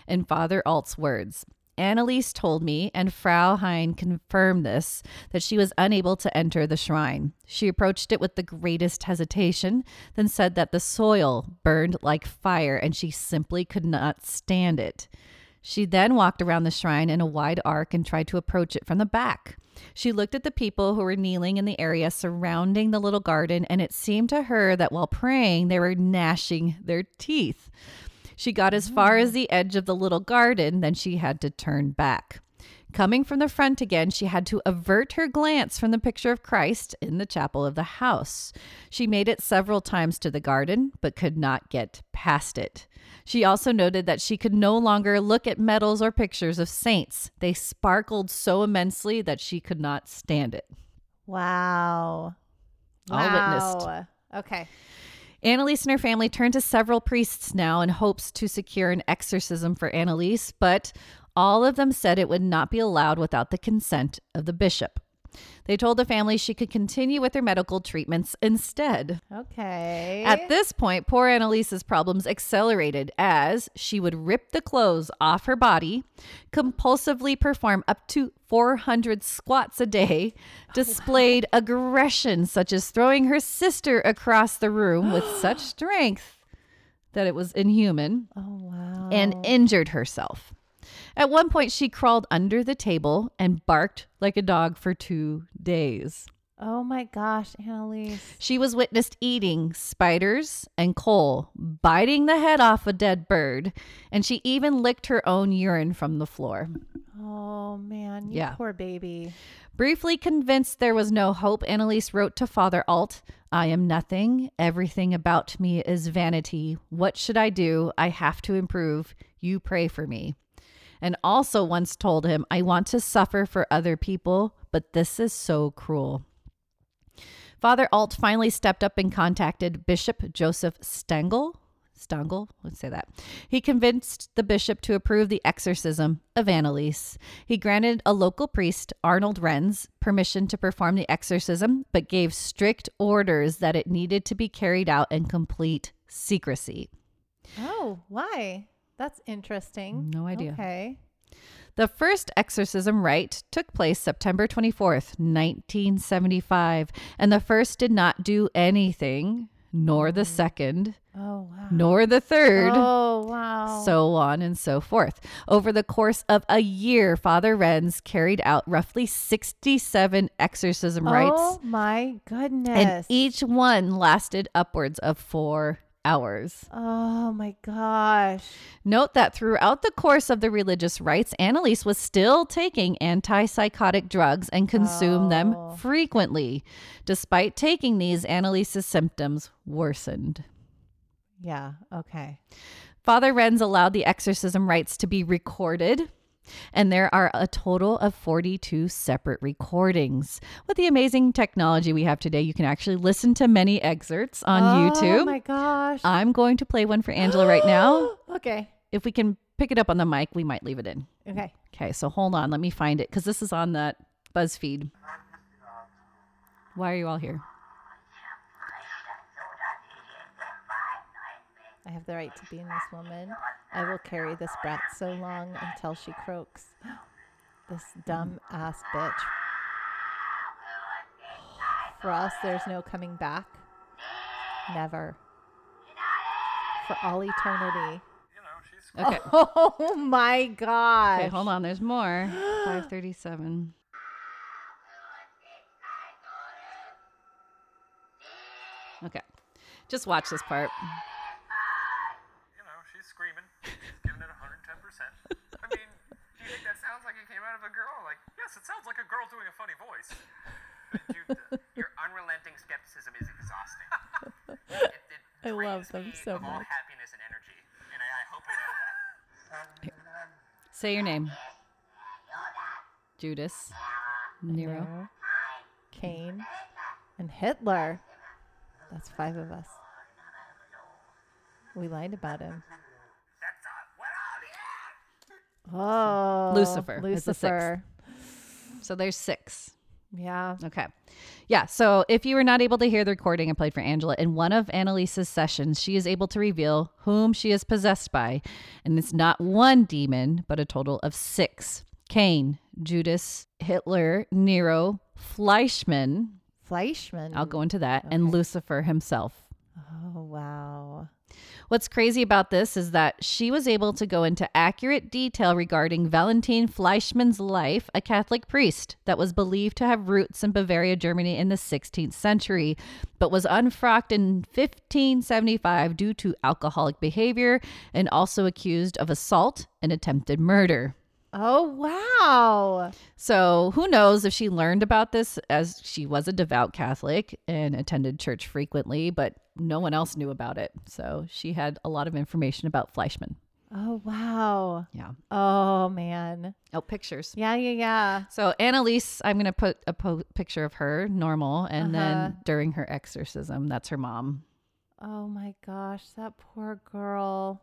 S2: In Father Alt's words, Annalise told me, and Frau Hein confirmed this, that she was unable to enter the shrine. She approached it with the greatest hesitation, then said that the soil burned like fire and she simply could not stand it. She then walked around the shrine in a wide arc and tried to approach it from the back. She looked at the people who were kneeling in the area surrounding the little garden, and it seemed to her that while praying, they were gnashing their teeth. She got as far as the edge of the little garden, then she had to turn back. Coming from the front again, she had to avert her glance from the picture of Christ in the chapel of the house. She made it several times to the garden, but could not get past it. She also noted that she could no longer look at medals or pictures of saints. They sparkled so immensely that she could not stand it.
S1: Wow.
S2: All witnessed.
S1: Okay.
S2: Annalise and her family turned to several priests now in hopes to secure an exorcism for Annalise, but all of them said it would not be allowed without the consent of the bishop. They told the family she could continue with her medical treatments instead.
S1: Okay.
S2: At this point, poor Annalise's problems accelerated as she would rip the clothes off her body, compulsively perform up to 400 squats a day, displayed aggression such as throwing her sister across the room with such strength that it was inhuman
S1: oh wow.
S2: and injured herself. At one point, she crawled under the table and barked like a dog for two days.
S1: Oh my gosh, Annalise.
S2: She was witnessed eating spiders and coal, biting the head off a dead bird, and she even licked her own urine from the floor.
S1: Oh man, you
S2: Yeah.
S1: poor baby.
S2: Briefly convinced there was no hope, Annalise wrote to Father Alt I am nothing. Everything about me is vanity. What should I do? I have to improve. You pray for me. And also once told him, I want to suffer for other people, but this is so cruel. Father Alt finally stepped up and contacted Bishop Joseph Stengel. Stengel, let's say that. He convinced the bishop to approve the exorcism of Annalise. He granted a local priest, Arnold Renz, permission to perform the exorcism, but gave strict orders that it needed to be carried out in complete secrecy.
S1: Oh, why? That's interesting.
S2: No idea.
S1: Okay.
S2: The first exorcism rite took place September 24th, 1975, and the first did not do anything, nor the second,
S1: Oh wow.
S2: nor the third.
S1: Oh wow.
S2: So on and so forth. Over the course of a year, Father Renz carried out roughly 67 exorcism rites,
S1: Oh my
S2: and
S1: goodness.
S2: each one lasted upwards of four hours.
S1: oh my gosh.
S2: Note that throughout the course of the religious rites, Annalise was still taking antipsychotic drugs and consumed them
S1: Oh.
S2: frequently. Despite taking these, Annalise's symptoms worsened.
S1: Yeah. Okay.
S2: Father Renz allowed the exorcism rites to be recorded, and there are a total of 42 separate recordings. With the amazing technology we have today, you can actually listen to many excerpts on
S1: Oh
S2: YouTube.
S1: my gosh.
S2: I'm going to play one for Angela right now.
S1: okay.
S2: If we can pick it up on the mic, we might leave it in.
S1: Okay.
S2: Okay, so hold on. Let me find it because this is on that BuzzFeed. Why are you all here?
S1: I have the right to be in this woman. I will carry this brat so long until she croaks. This dumb ass bitch. For us, there's no coming back. Never. For all eternity.
S2: Okay.
S1: Oh my gosh.
S2: Okay, hold on. There's more. 537. Okay. Just watch this part.
S3: you know, she's screaming. She's giving it 110%. I mean, do you think that sounds like it came out of a girl? Like, yes, it sounds like a girl doing a funny voice. But you, your unrelenting skepticism is exhausting. It, it
S1: I love
S3: drains
S1: them
S3: me
S1: so
S3: of all
S1: much.
S3: happiness and energy, and I, I hope you know that.
S2: Say your name. Judas. Nero.
S1: Nero, Cain, and Hitler. That's five of us. We lied about him.
S3: That's uh, what all yeah.
S1: Oh,
S2: Lucifer. It's the sixth.
S1: Lucifer.
S2: So there's six.
S1: Yeah.
S2: Okay. Yeah. So if you were not able to hear the recording I played for Angela, in one of Annalisa's sessions, she is able to reveal whom she is possessed by. And it's not one demon, but a total of six Cain, Judas, Hitler, Nero, Fleischmann,
S1: Fleischman.
S2: I'll go into that, and Lucifer himself.
S1: Oh, wow.
S2: What's crazy about this is that she was able to go into accurate detail regarding Valentine Fleischmann's life, a Catholic priest that was believed to have roots in Bavaria, Germany in the 16th century, but was unfrocked in 1575 due to alcoholic behavior and also accused of assault and attempted murder.
S1: Oh, wow.
S2: So, who knows if she learned about this as she was a devout Catholic and attended church frequently, but no one else knew about it. So, she had a lot of information about Fleischmann.
S1: Oh, wow.
S2: Yeah.
S1: Oh, man.
S2: Oh, pictures.
S1: Yeah, yeah, yeah.
S2: So, Annalise, I'm going to put a po- picture of her normal and
S1: Uh-huh.
S2: then during her exorcism, that's her mom.
S1: Oh, my gosh. That poor girl.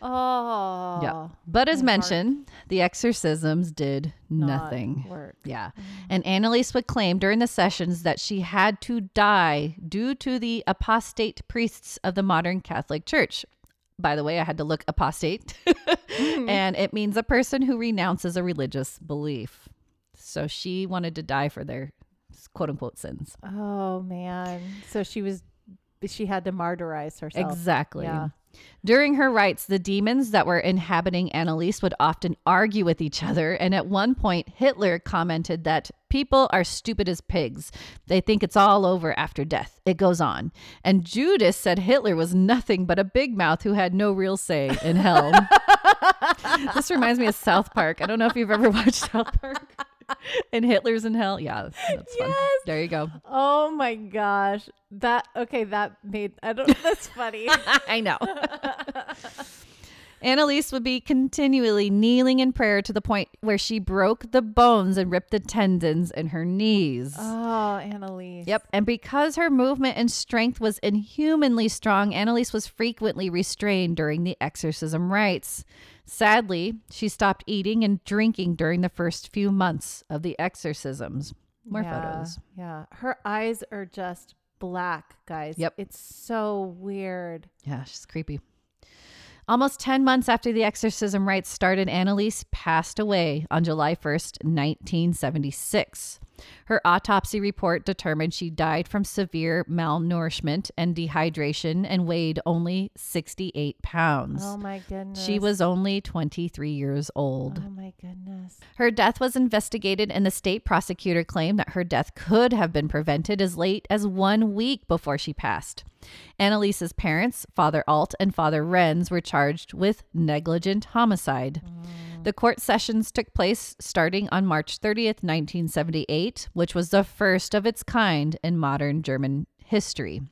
S1: Oh.
S2: Yeah. But as
S1: my heart.
S2: mentioned, the exorcisms did
S1: Not
S2: nothing.
S1: Work.
S2: Yeah. And Annalise would claim during the sessions that she had to die due to the apostate priests of the modern Catholic Church. By the way, I had to look apostate,
S1: Mm-hmm.
S2: and it means a person who renounces a religious belief. So she wanted to die for their quote unquote sins.
S1: Oh, man. So she was, she had to martyrize herself.
S2: Exactly.
S1: Yeah.
S2: During her rites, the demons that were inhabiting Annalise would often argue with each other. And at one point, Hitler commented that People are stupid as pigs. They think it's all over after death. It goes on. And Judas said Hitler was nothing but a big mouth who had no real say in hell. this reminds me of South Park. I don't know if you've ever watched South Park. and Hitler's in hell. Yeah, that's fun.
S1: Yes.
S2: There you go.
S1: Oh my gosh. That okay, that made I don't that's funny.
S2: I know. Annalise would be continually kneeling in prayer to the point where she broke the bones and ripped the tendons in her knees.
S1: Oh, Annalise.
S2: Yep. And because her movement and strength was inhumanly strong, Annalise was frequently restrained during the exorcism rites. Sadly, she stopped eating and drinking during the first few months of the exorcisms. More
S1: yeah,
S2: photos.
S1: Yeah. Her eyes are just black, guys.
S2: Yep.
S1: It's so weird.
S2: Yeah, she's creepy. Almost 10 months after the exorcism rites started, Annalise passed away on July 1st, 1976. Her autopsy report determined she died from severe malnourishment and dehydration and weighed only 68 pounds.
S1: Oh my goodness.
S2: she was only 23 years old.
S1: Oh my goodness.
S2: Her death was investigated, and the state prosecutor claimed that her death could have been prevented as late as one week before she passed. Annalise's parents, Father Alt and Father Renz, were charged with negligent homicide. The court sessions took place starting on March 30th, 1978, which was the first of its kind in modern German history.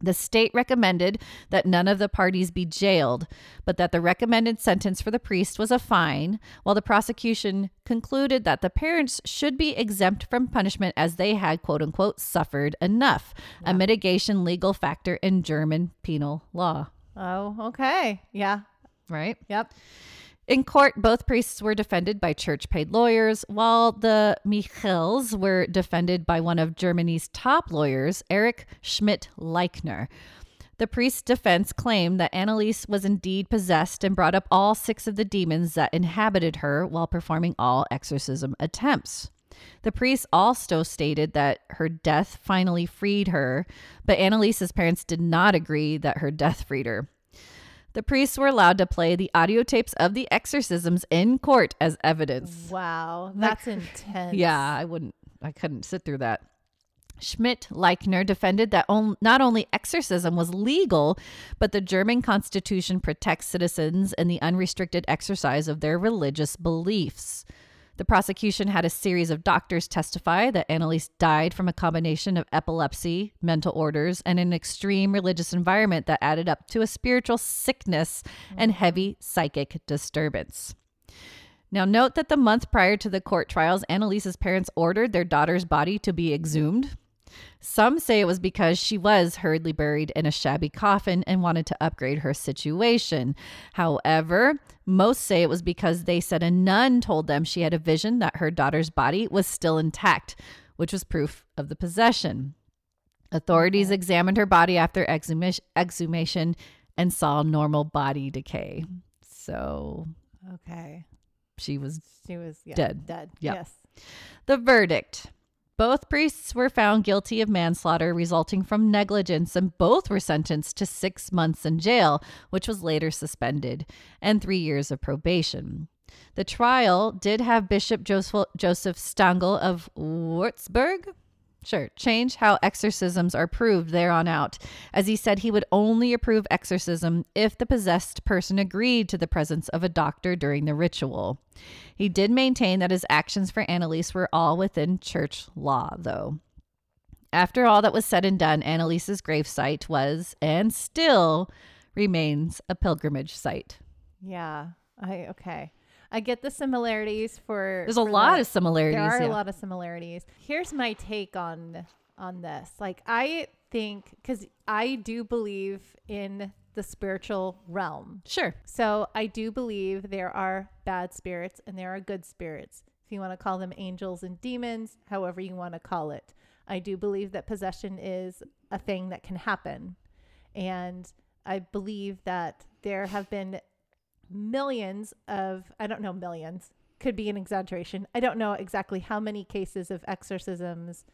S2: The state recommended that none of the parties be jailed, but that the recommended sentence for the priest was a fine, while the prosecution concluded that the parents should be exempt from punishment as they had, quote unquote, suffered enough, a mitigation legal factor in German penal law.
S1: Oh, okay. Yeah.
S2: Right?
S1: Yep.
S2: In court, both priests were defended by church paid lawyers, while the Michels were defended by one of Germany's top lawyers, Erich Schmidt Leichner. The priest's defense claimed that Annalise was indeed possessed and brought up all six of the demons that inhabited her while performing all exorcism attempts. The priest also stated that her death finally freed her, but Annalise's parents did not agree that her death freed her. The priests were allowed to play the audio tapes of the exorcisms in court as evidence.
S1: Wow. That's intense.
S2: Yeah, I wouldn't, I couldn't sit through that. Schmidt Leichner defended that on, not only exorcism was legal, but the German constitution protects citizens in the unrestricted exercise of their religious beliefs. The prosecution had a series of doctors testify that Annalise died from a combination of epilepsy, mental orders, and an extreme religious environment that added up to a spiritual sickness and heavy psychic disturbance. Now, note that the month prior to the court trials, Annalise's parents ordered their daughter's body to be exhumed. Some say it was because she was hurriedly buried in a shabby coffin and wanted to upgrade her situation. However, most say it was because they said a nun told them she had a vision that her daughter's body was still intact, which was proof of the possession. Authorities examined her body after exhumi- exhumation and saw normal body decay. So
S1: Okay.
S2: she was
S1: She was yeah,
S2: Dead.
S1: Dead.
S2: Yeah.
S1: Yes.
S2: The verdict. Both priests were found guilty of manslaughter resulting from negligence, and both were sentenced to six months in jail, which was later suspended, and three years of probation. The trial did have Bishop Joseph, Joseph Stangl of Würzburg. Sure, change how exorcisms are proved thereon out, as he said he would only approve exorcism if the possessed person agreed to the presence of a doctor during the ritual. He did maintain that his actions for Annalise were all within church law, though. After all that was said and done, Annalise's gravesite was and still remains a pilgrimage site.
S1: Yeah. I okay. I get the similarities for
S2: There's a
S1: for
S2: lot
S1: the-
S2: of similarities.
S1: There are a
S2: yeah.
S1: lot of similarities. Here's my take on on this. Like I think cuz I do believe in the spiritual realm.
S2: Sure.
S1: So I do believe there are bad spirits and there are good spirits. If you want to call them angels and demons, however you want to call it. I do believe that possession is a thing that can happen. And I believe that there have been millions of, I don't know, millions, could be an exaggeration. I don't know exactly how many cases of exorcisms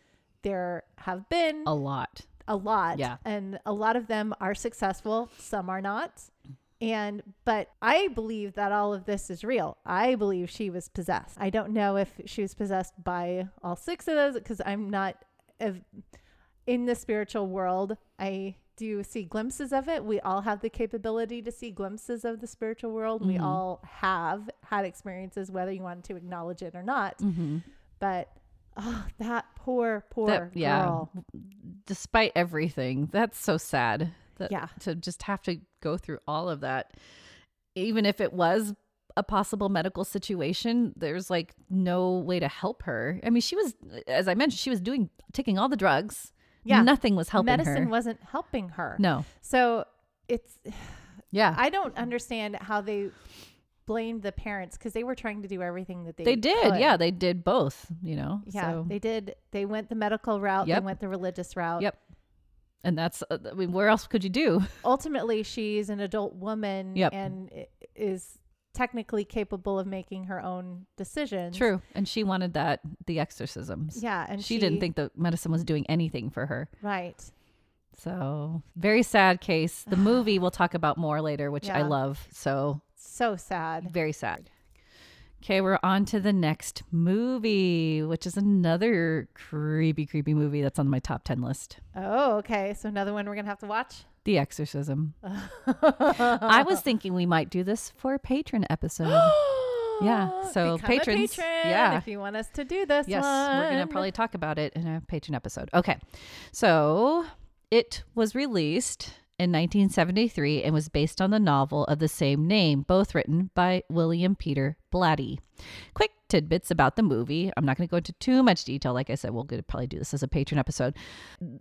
S1: there have been
S2: A lot.
S1: a lot.
S2: Yeah.
S1: And a lot of them are successful, some are not. And, but I believe that all of this is real. I believe she was possessed. I don't know if she was possessed by all six of those because I'm not ev- in the spiritual world. I do see glimpses of it. We all have the capability to see glimpses of the spiritual world. We
S2: Mm-hmm.
S1: all have had experiences, whether you want to acknowledge it or not. But, oh, that poor, poor
S2: Mm-hmm. That- yeah.
S1: girl.
S2: Despite everything, that's so sad. That,
S1: Yeah.
S2: To just have to go through all of that, even if it was a possible medical situation, there's like no way to help her. I mean, she was, as I mentioned, she was doing taking all the drugs.
S1: Yeah.
S2: Nothing was helping
S1: Medicine
S2: her.
S1: wasn't helping her.
S2: no.
S1: So it's
S2: Yeah.
S1: I don't understand how they blamed the parents because they were trying to do everything that they
S2: they did.
S1: could.
S2: Yeah. They did both, you know?
S1: yeah
S2: So-
S1: they did they went the medical route
S2: Yep.
S1: they went the religious route
S2: Yep. and that's, uh, I mean, where else could you do?
S1: ultimately she's an adult woman
S2: Yep.
S1: and i- is technically capable of making her own decisions
S2: True. And she wanted that, the exorcisms.
S1: yeah and
S2: she, didn't think the medicine was doing anything for her.
S1: right
S2: So, very sad case. The movie we'll talk about more later, which I
S1: Yeah.
S2: love. So,
S1: so sad
S2: very sad. Okay, we're on to the next movie, which is another creepy, creepy movie that's on my top 10 list
S1: oh okay so another one we're gonna have to watch
S2: The Exorcism. I was thinking we might do this for a patron episode. Yeah, so
S1: Become a
S2: patrons,
S1: patron
S2: yeah.
S1: if you want us to do this
S2: yes, we're going
S1: one.
S2: to probably talk about it in a patron episode. Okay, so it was released. In 1973, and was based on the novel of the same name, both written by William Peter Blatty. Quick tidbits about the movie. I'm not going to go into too much detail. Like I said, we'll get, probably do this as a patron episode.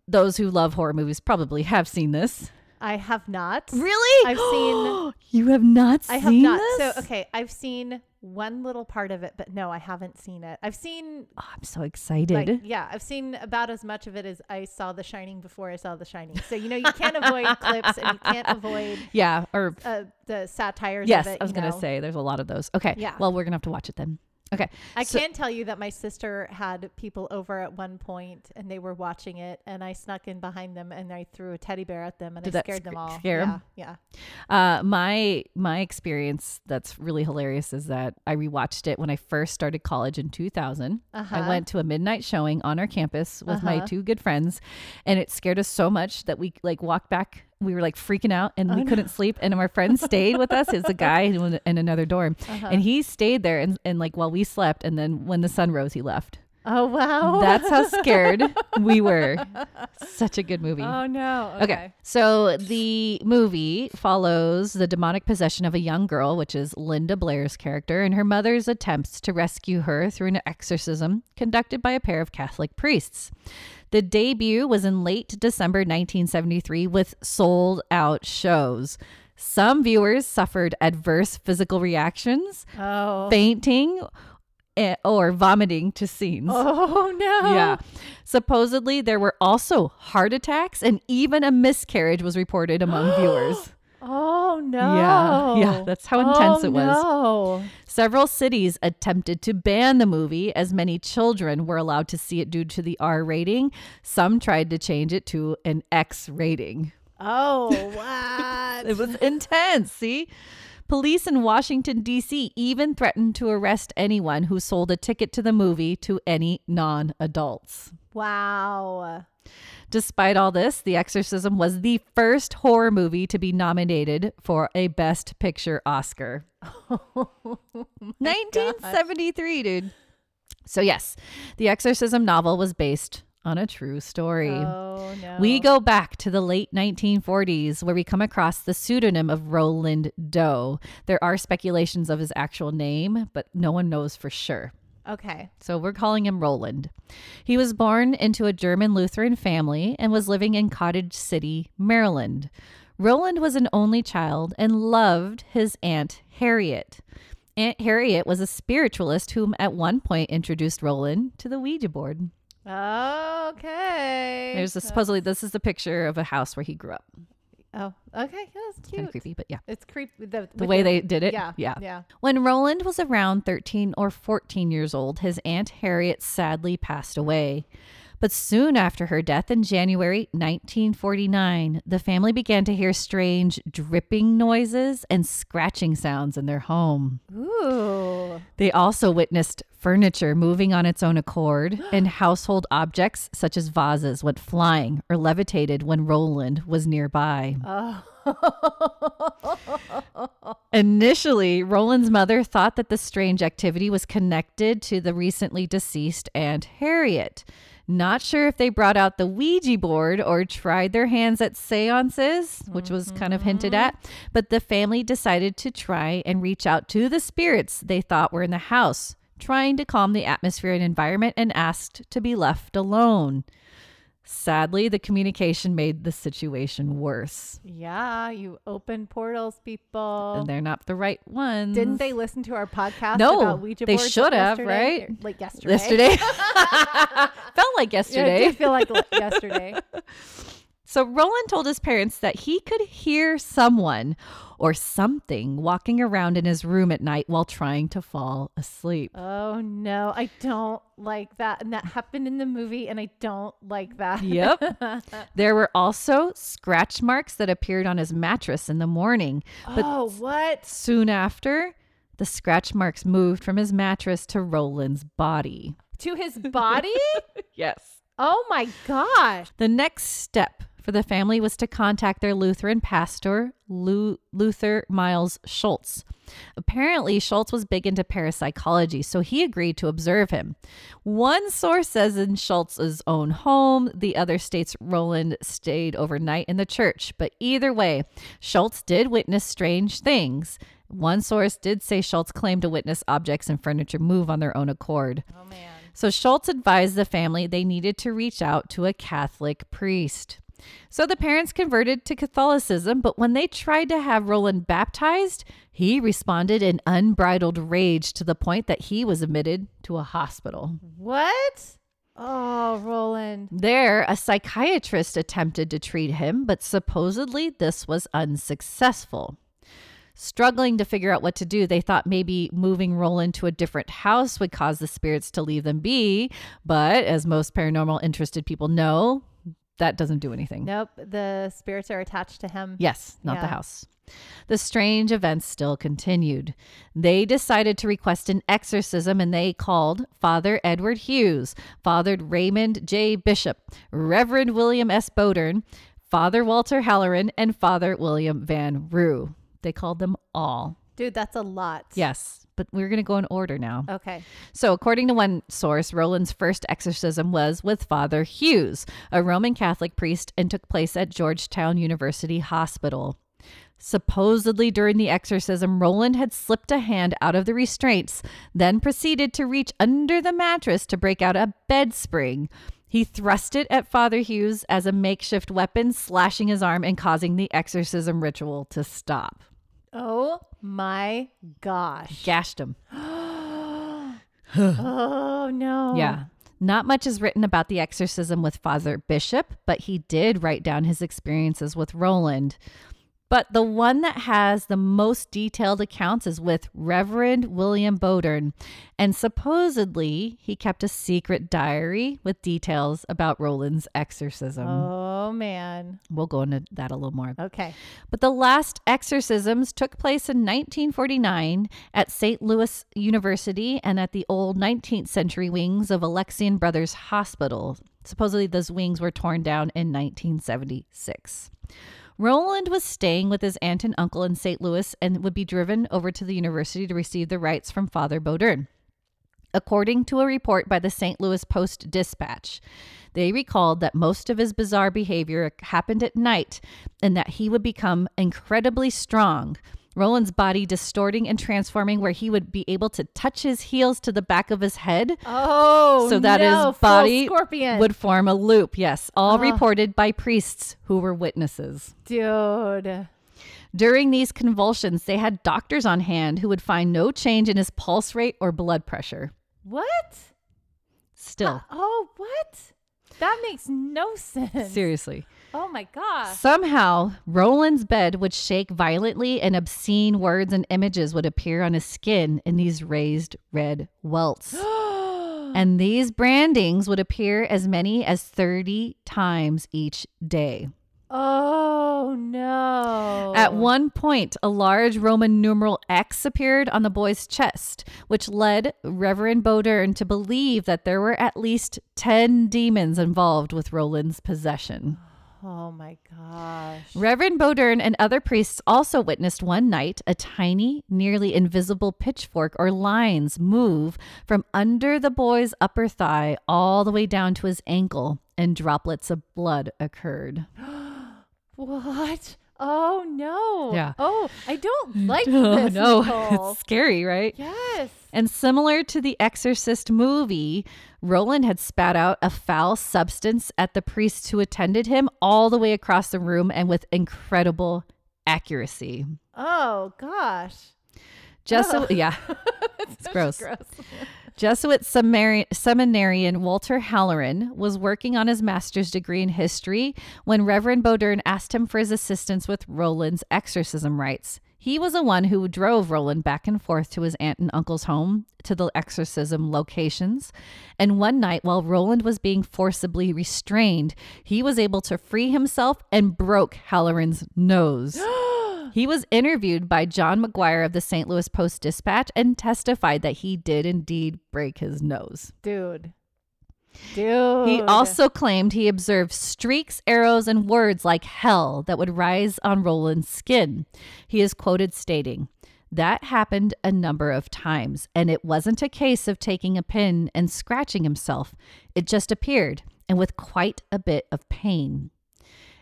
S2: Those who love horror movies probably have seen this.
S1: i have not
S2: Really?
S1: I've seen-
S2: you have not seen
S1: I have not.
S2: this?
S1: So okay, I've seen one little part of it, but no, I haven't seen it. I've seen
S2: Oh, I'm so excited.
S1: like yeah, I've seen about as much of it as I saw The Shining before I saw The Shining. So you know you can't avoid clips and you can't avoid
S2: yeah, or
S1: uh, the satires.
S2: Yes,
S1: of it,
S2: I was
S1: you
S2: gonna
S1: know.
S2: say there's a lot of those. Okay.
S1: Yeah.
S2: Well, we're gonna have to watch it then. Okay.
S1: I
S2: so-
S1: can tell you that my sister had people over at one point and they were watching it, and I snuck in behind them and I threw a teddy bear at them and
S2: Did
S1: I
S2: that
S1: scared
S2: sc-
S1: them all.
S2: scare
S1: yeah,
S2: 'em?
S1: yeah.
S2: Uh, my my experience that's really hilarious is that I rewatched it when I first started college in 2000. I
S1: Uh-huh.
S2: went to a midnight showing on our campus with my
S1: Uh-huh.
S2: two good friends, and it scared us so much that we like walked back. We were like freaking out and
S1: Oh,
S2: we couldn't sleep. And our friend stayed with us. It's a guy in in another dorm,
S1: Uh-huh.
S2: and he stayed there and, and like while we slept. And then when the sun rose, he left.
S1: Oh wow.
S2: That's how scared we were. Such a good movie.
S1: oh no.
S2: Okay. So the movie follows the demonic possession of a young girl, which is Linda Blair's character, and her mother's attempts to rescue her through an exorcism conducted by a pair of Catholic priests. The debut was in late December 1973 with sold out shows. Some viewers suffered adverse physical reactions,
S1: Oh.
S2: fainting, eh, or vomiting to scenes.
S1: Oh no.
S2: Yeah. Supposedly, there were also heart attacks and even a miscarriage was reported among viewers.
S1: Oh no.
S2: Yeah. Yeah, that's how intense
S1: Oh,
S2: it was.
S1: No.
S2: Several cities attempted to ban the movie, as many children were allowed to see it due to the R rating. Some tried to change it to an X rating.
S1: Oh what?
S2: It was intense, see? Police in Washington, D.C. even threatened to arrest anyone who sold a ticket to the movie to any non adults.
S1: wow.
S2: Despite all this, The Exorcism was the first horror movie to be nominated for a Best Picture Oscar. 1973, dude. So, yes, The Exorcism novel was based on a true story.
S1: Oh no.
S2: We go back to the late 1940s where we come across the pseudonym of Roland Doe. There are speculations of his actual name, but no one knows for sure.
S1: Okay.
S2: So we're calling him Roland. He was born into a German Lutheran family and was living in Cottage City, Maryland. Roland was an only child and loved his Aunt Harriet. Aunt Harriet was a spiritualist whom at one point introduced Roland to the Ouija board.
S1: Okay.
S2: There's a, supposedly this is the picture of a house where he grew up.
S1: Oh, okay. Yeah, that's
S2: Kind
S1: cute.
S2: of creepy, but yeah.
S1: It's creepy. The,
S2: The way they did it.
S1: Yeah.
S2: Yeah.
S1: Yeah.
S2: When Roland was around 13 or 14 years old, his Aunt Harriet sadly passed away. But soon after her death in January 1949, the family began to hear strange dripping noises and scratching sounds in their home.
S1: Ooh.
S2: They also witnessed furniture moving on its own accord, and household objects such as vases went flying or levitated when Roland was nearby. Initially, Roland's mother thought that the strange activity was connected to the recently deceased Aunt Harriet. Not sure if they brought out the Ouija board or tried their hands at seances, which was kind of hinted at, but the family decided to try and reach out to the spirits they thought were in the house, trying to calm the atmosphere and environment, and asked to be left alone. Sadly, the communication made the situation worse.
S1: Yeah, you open portals,
S2: And
S1: people.
S2: they're not the right ones.
S1: Didn't they listen to our podcast?
S2: No,
S1: about Ouija
S2: they
S1: boards
S2: should have,
S1: yesterday?
S2: right?
S1: Like yesterday.
S2: yesterday? Felt like
S1: Yeah, it
S2: yesterday.
S1: did feel like li- yesterday.
S2: So Roland told his parents that he could hear someone or something walking around in his room at night while trying to fall asleep.
S1: Oh no, I don't like that. And that happened in the movie, and I don't like that.
S2: Yep. there were also scratch marks that appeared on his mattress in the morning. But
S1: oh, what?
S2: soon after, the scratch marks moved from his mattress to Roland's body.
S1: To his body?
S2: Yes.
S1: oh my gosh.
S2: The next step for the family was to contact their Lutheran pastor, Lu- Luther Miles Schultz. Apparently, Schultz was big into parapsychology, so he agreed to observe him. One source says in Schultz's own home, the other states Roland stayed overnight in the church. But either way, Schultz did witness strange things. One source did say Schultz claimed to witness objects and furniture move on their own accord.
S1: Oh man.
S2: So Schultz advised the family they needed to reach out to a Catholic priest. So the parents converted to Catholicism, but when they tried to have Roland baptized, he responded in unbridled rage to the point that he was admitted to a hospital.
S1: What? Oh, Roland.
S2: There, a psychiatrist attempted to treat him, but supposedly this was unsuccessful. Struggling to figure out what to do, they thought maybe moving Roland to a different house would cause the spirits to leave them be. But as most paranormal interested people know, that doesn't do anything.
S1: Nope. The spirits are attached to him.
S2: Yes, not the
S1: Yeah.
S2: house. The strange events still continued. They decided to request an exorcism and they called Father Edward Hughes, Father Raymond J. Bishop, Reverend William S. Bodern, Father Walter Halloran, and Father William Van Roo. They called them all.
S1: Dude, that's a lot.
S2: Yes, but we're going to go in order now.
S1: Okay.
S2: So, according to one source, Roland's first exorcism was with Father Hughes, a Roman Catholic priest, and took place at Georgetown University Hospital. Supposedly, during the exorcism, Roland had slipped a hand out of the restraints, then proceeded to reach under the mattress to break out a bed spring. He thrust it at Father Hughes as a makeshift weapon, slashing his arm and causing the exorcism ritual to stop.
S1: Oh my gosh.
S2: Gashed him.
S1: Oh no.
S2: Yeah. Not much is written about the exorcism with Father Bishop, but he did write down his experiences with Roland. But the one that has the most detailed accounts is with Reverend William Bodern. And supposedly, he kept a secret diary with details about Roland's exorcism.
S1: Oh man.
S2: We'll go into that a little more.
S1: Okay.
S2: But the last exorcisms took place in 1949 at St. Louis University and at the old 19th century wings of Alexian Brothers Hospital. Supposedly, those wings were torn down in 1976. Roland was staying with his aunt and uncle in St. Louis and would be driven over to the university to receive the rites from Father Bodern. According to a report by the St. Louis Post Dispatch, they recalled that most of his bizarre behavior happened at night and that he would become incredibly strong. Roland's body distorting and transforming, where he would be able to touch his heels to the back of his head
S1: Oh
S2: so that
S1: no,
S2: his body
S1: full scorpion Uh-huh.
S2: would form a loop. Yes, all reported by priests who were witnesses.
S1: dude.
S2: During these convulsions, they had doctors on hand who would find no change in his pulse rate or blood pressure.
S1: What?
S2: Still,
S1: Oh what? That makes no sense.
S2: seriously.
S1: Oh my gosh.
S2: Somehow, Roland's bed would shake violently and obscene words and images would appear on his skin in these raised red welts. and these brandings would appear as many as 30 times each day.
S1: Oh no.
S2: At one point, a large Roman numeral X appeared on the boy's chest, which led Reverend Bodern to believe that there were at least 10 demons involved with Roland's possession.
S1: Oh my gosh.
S2: Reverend Bodern and other priests also witnessed one night a tiny, nearly invisible pitchfork or lines move from under the boy's upper thigh all the way down to his ankle, and droplets of blood occurred.
S1: What? Oh no.
S2: Yeah.
S1: Oh, I don't like
S2: Oh,
S1: this.
S2: no.
S1: Nicole.
S2: It's scary, right?
S1: Yes.
S2: And similar to the Exorcist movie, Roland had spat out a foul substance at the priest who attended him all the way across the room and with incredible accuracy.
S1: Oh gosh.
S2: Jesuit, yeah,
S1: It's
S2: gross. Jesuit semari- seminarian Walter Halloran was working on his master's degree in history when Reverend Bodern asked him for his assistance with Roland's exorcism rites. He was the one who drove Roland back and forth to his aunt and uncle's home to the exorcism locations. And one night, while Roland was being forcibly restrained, he was able to free himself and broke Halloran's nose. He was interviewed by John McGuire of the St. Louis Post Dispatch and testified that he did indeed break his nose.
S1: Dude. Dude.
S2: He also claimed he observed streaks, arrows, and words like hell that would rise on Roland's skin. He is quoted stating, That happened a number of times, and it wasn't a case of taking a pin and scratching himself. It just appeared, and with quite a bit of pain.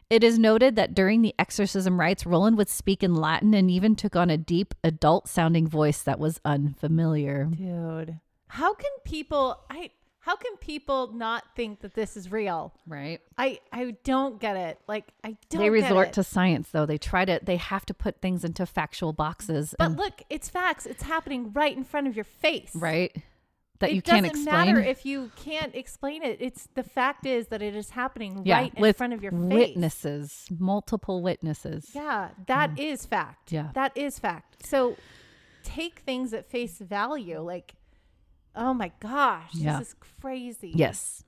S2: It is noted that during the exorcism rites, Roland would speak in Latin and even took on a deep, adult sounding voice that was unfamiliar.
S1: Dude. How can people I how can people not think that this is real?
S2: Right.
S1: I I don't get it. Like I don't
S2: they
S1: get
S2: resort
S1: it.
S2: to science though they try to they have to put things into factual boxes
S1: But
S2: and-
S1: look, it's facts. It's happening right in front of your face.
S2: Mm. right that
S1: it
S2: you can't
S1: doesn't
S2: explain
S1: matter if you can't explain it. It's the fact is that it is happening
S2: yeah
S1: right in
S2: with
S1: front of your face.
S2: witnesses multiple witnesses
S1: Yeah, that is fact.
S2: Mm. Yeah.
S1: That is fact. So take things at face value. Like, oh my gosh,
S2: Yeah.
S1: this is crazy.
S2: Yes.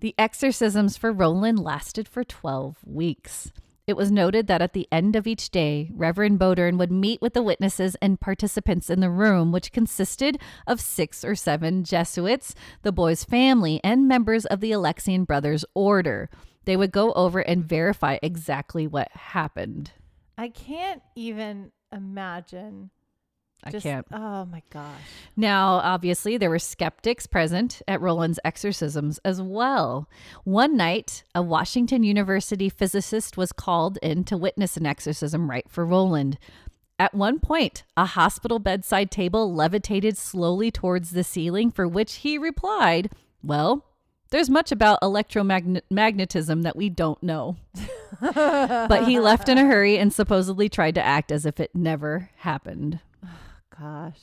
S2: The exorcisms for Roland lasted for 12 weeks. It was noted that at the end of each day, Reverend Bodern would meet with the witnesses and participants in the room, which consisted of six or seven Jesuits, the boy's family, and members of the Alexian Brothers Order. They would go over and verify exactly what happened.
S1: I can't even imagine.
S2: I can't.
S1: Oh my gosh.
S2: Now, obviously, there were skeptics present at Roland's exorcisms as well. One night, a Washington University physicist was called in to witness an exorcism rite for Roland. At one point, a hospital bedside table levitated slowly towards the ceiling, for which he replied, Well, there's much about electromagnetism that we don't know. but he left in a hurry and supposedly tried to act as if it never happened.
S1: Gosh.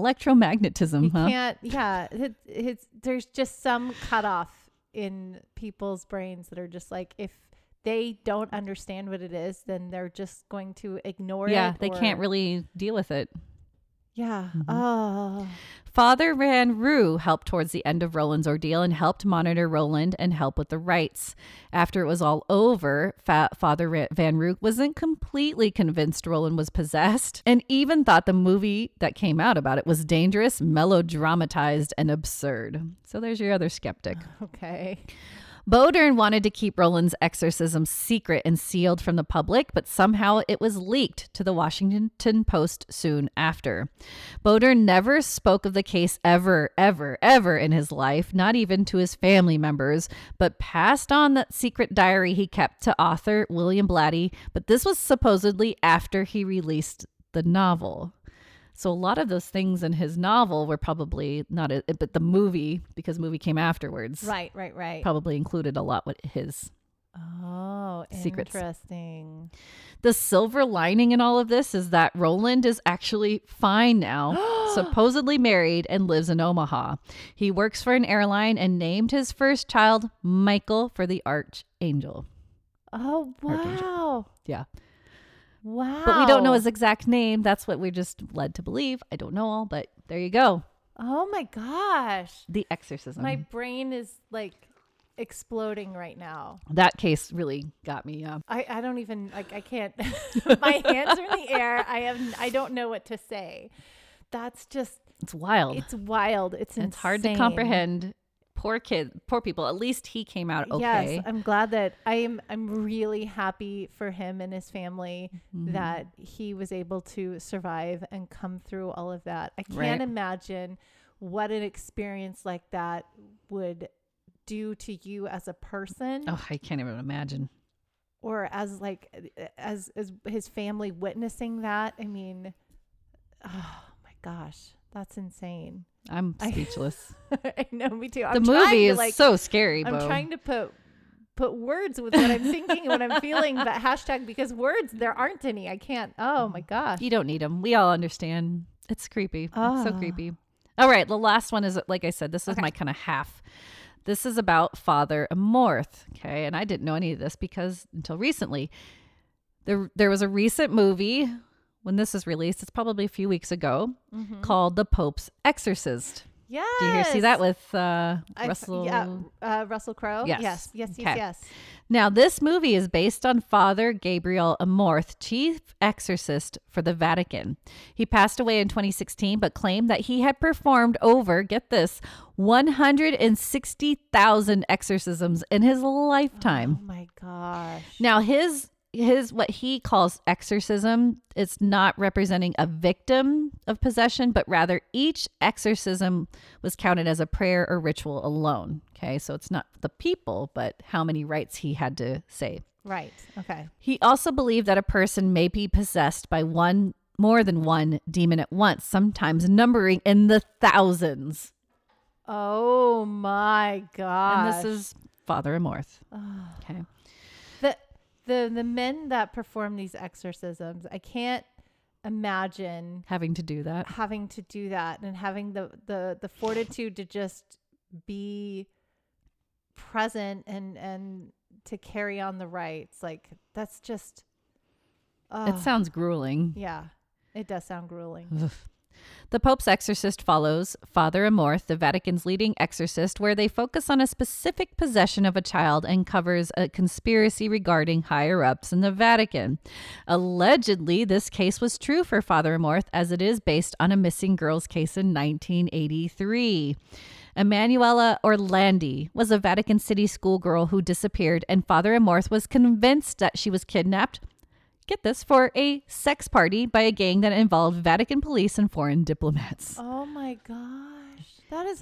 S2: Electromagnetism,
S1: You
S2: huh?
S1: can't, yeah. It, it's, there's just some cutoff in people's brains that are just like, if they don't understand what it is, then they're just going to ignore it.
S2: yeah, they can't
S1: or-
S2: really Mm-hmm. deal with it.
S1: Yeah. Oh.
S2: Father Van Roo helped towards the end of Roland's ordeal and helped monitor Roland and help with the rites. After it was all over, Fa- Father Ra- Van Roo wasn't completely convinced Roland was possessed and even thought the movie that came out about it was dangerous, melodramatized, and absurd. So there's your other skeptic.
S1: Okay.
S2: Bodern wanted to keep Roland's exorcism secret and sealed from the public, but somehow it was leaked to the Washington Post soon after. Bodern never spoke of the case ever, ever, ever in his life, not even to his family members, but passed on that secret diary he kept to author William Blatty, but this was supposedly after he released the novel. So a lot of those things in his novel were probably not, a, but the movie because movie came afterwards
S1: Right, right, right.
S2: probably included a lot with his.
S1: Oh,
S2: Secrets.
S1: interesting.
S2: The silver lining in all of this is that Roland is actually fine now, supposedly married and lives in Omaha. He works for an airline and named his first child Michael for the archangel.
S1: Oh,
S2: Archangel.
S1: wow.
S2: Yeah.
S1: Wow.
S2: But we don't know his exact name. That's what we're just led to believe. I don't know all, but there you go.
S1: Oh my gosh.
S2: The exorcism.
S1: My brain is like exploding right now.
S2: that case really got me. Yeah.
S1: I, I don't even like I can't my hands are in the air. I am I don't know what to say. That's just
S2: It's wild. It's,
S1: it's wild. It's insane.
S2: hard to comprehend. Poor kid, poor people. At least he came out okay.
S1: Yes, I'm glad that I'm I'm really happy for him and his family
S2: Mm-hmm.
S1: that he was able to survive and come through all of that. I can't
S2: Right.
S1: imagine what an experience like that would do to you as a person
S2: oh, I can't even imagine.
S1: or as like as as his family witnessing that. I mean, oh my gosh, that's insane.
S2: I'm
S1: I-
S2: speechless.
S1: I know me too.
S2: the
S1: I'm trying to,
S2: movie is
S1: like,
S2: so scary, Bo.
S1: I'm trying to put put words with what I'm thinking and what I'm feeling, but hashtag because words there aren't any. I can't. Oh my gosh.
S2: you don't need them. We all understand. It's creepy. It's so
S1: Ah.
S2: creepy. All right. The last one is, like I said, this is
S1: Okay.
S2: my kind of half. This is about Father Amorth. Okay. And I didn't know any of this because until recently, there, there was a recent movie when this is released. It's probably a few weeks ago
S1: Mm-hmm.
S2: called The Pope's Exorcist.
S1: Yeah.
S2: Do you hear, see that with uh, Russell?
S1: Yeah, uh, Russell Crowe.
S2: Yes.
S1: Yes. Yes. Yes.
S2: Okay.
S1: yes.
S2: Now, this movie is based on Father Gabriel Amorth, chief exorcist for the Vatican. He passed away in 2016, but claimed that he had performed over, get this, 160,000 exorcisms in his lifetime.
S1: Oh my gosh.
S2: Now his his what he calls exorcism it's not representing a victim of possession but rather each exorcism was counted as a prayer or ritual alone okay so it's not the people but how many rites he had to say
S1: Right. Okay.
S2: he also believed that a person may be possessed by one more than one demon at once sometimes numbering in the thousands
S1: Oh my
S2: and
S1: gosh. Oh.
S2: this is father amorth okay
S1: the the the men that perform these exorcisms. I can't imagine
S2: having to do that
S1: having to do that and having the the the fortitude to just be present and and to carry on the rights like that's just
S2: it
S1: ugh.
S2: sounds grueling
S1: yeah it does sound grueling
S2: The Pope's Exorcist follows Father Amorth, the Vatican's leading exorcist, where they focus on a specific possession of a child and covers a conspiracy regarding higher ups in the Vatican. Allegedly, this case was true for Father Amorth, as it is based on a missing girls case in 1983. Emanuela Orlandi was a Vatican City schoolgirl who disappeared, and Father Amorth was convinced that she was kidnapped, get this, for a sex party by a gang that involved Vatican police and foreign diplomats.
S1: oh my gosh that is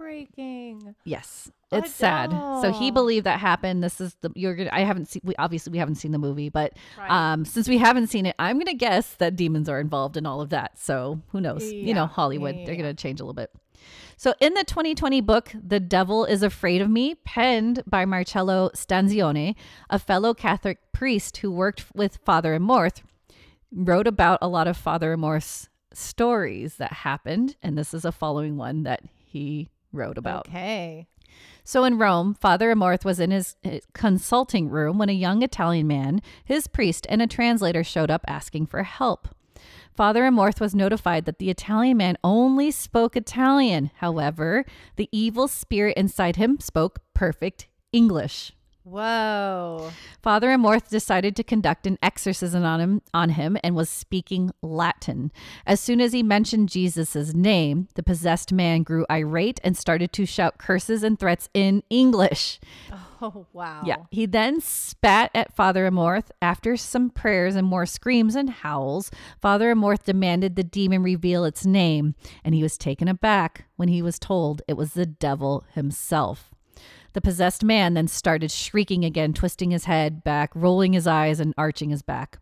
S1: heartbreaking
S2: Yes, it's sad. So he
S1: Adele.
S2: believed that happened. This is the you're gonna. I haven't seen. We obviously we haven't seen the movie, but
S1: Right.
S2: um, since we haven't seen it, I'm gonna guess that demons are involved in all of that. So who knows? you know,
S1: Yeah,
S2: Hollywood.
S1: yeah,
S2: They're
S1: yeah.
S2: gonna change a little bit. So in the 2020 book, The Devil is Afraid of Me, penned by Marcello Stanzione, a fellow Catholic priest who worked with Father Amorth, wrote about a lot of Father Amorth's stories that happened, and this is a following one that he wrote about.
S1: okay
S2: So in Rome, Father Amorth was in his his consulting room when a young Italian man, his priest, and a translator showed up asking for help. Father Amorth was notified that the Italian man only spoke Italian. However, the evil spirit inside him spoke perfect English.
S1: whoa
S2: Father Amorth decided to conduct an exorcism on him, on him and was speaking Latin. As soon as he mentioned Jesus' name, the possessed man grew irate and started to shout curses and threats in English.
S1: oh wow
S2: Yeah. He then spat at Father Amorth. After some prayers and more screams and howls, Father Amorth demanded the demon reveal its name, and he was taken aback when he was told it was the devil himself. The possessed man then started shrieking again, twisting his head back, rolling his eyes, and arching his back.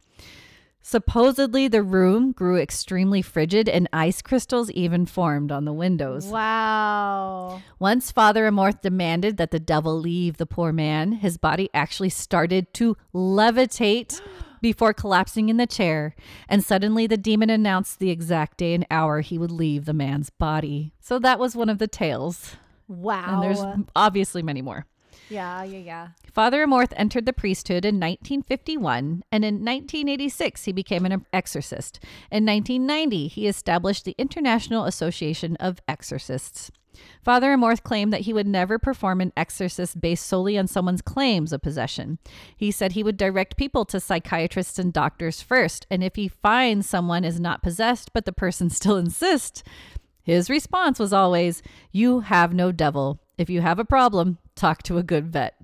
S2: Supposedly, the room grew extremely frigid, and ice crystals even formed on the windows.
S1: wow
S2: Once Father Amorth demanded that the devil leave the poor man, his body actually started to levitate before collapsing in the chair, and suddenly the demon announced the exact day and hour he would leave the man's body. So that was one of the tales,
S1: wow uh,
S2: and there's obviously many more.
S1: Yeah, yeah, yeah.
S2: Father Amorth entered the priesthood in 1951, and in 1986, he became an exorcist. In 1990, he established the International Association of Exorcists. Father Amorth claimed that he would never perform an exorcist based solely on someone's claims of possession. He said he would direct people to psychiatrists and doctors first, and if he finds someone is not possessed but the person still insists, his response was always, You have no devil. If you have a problem, talk to a good vet.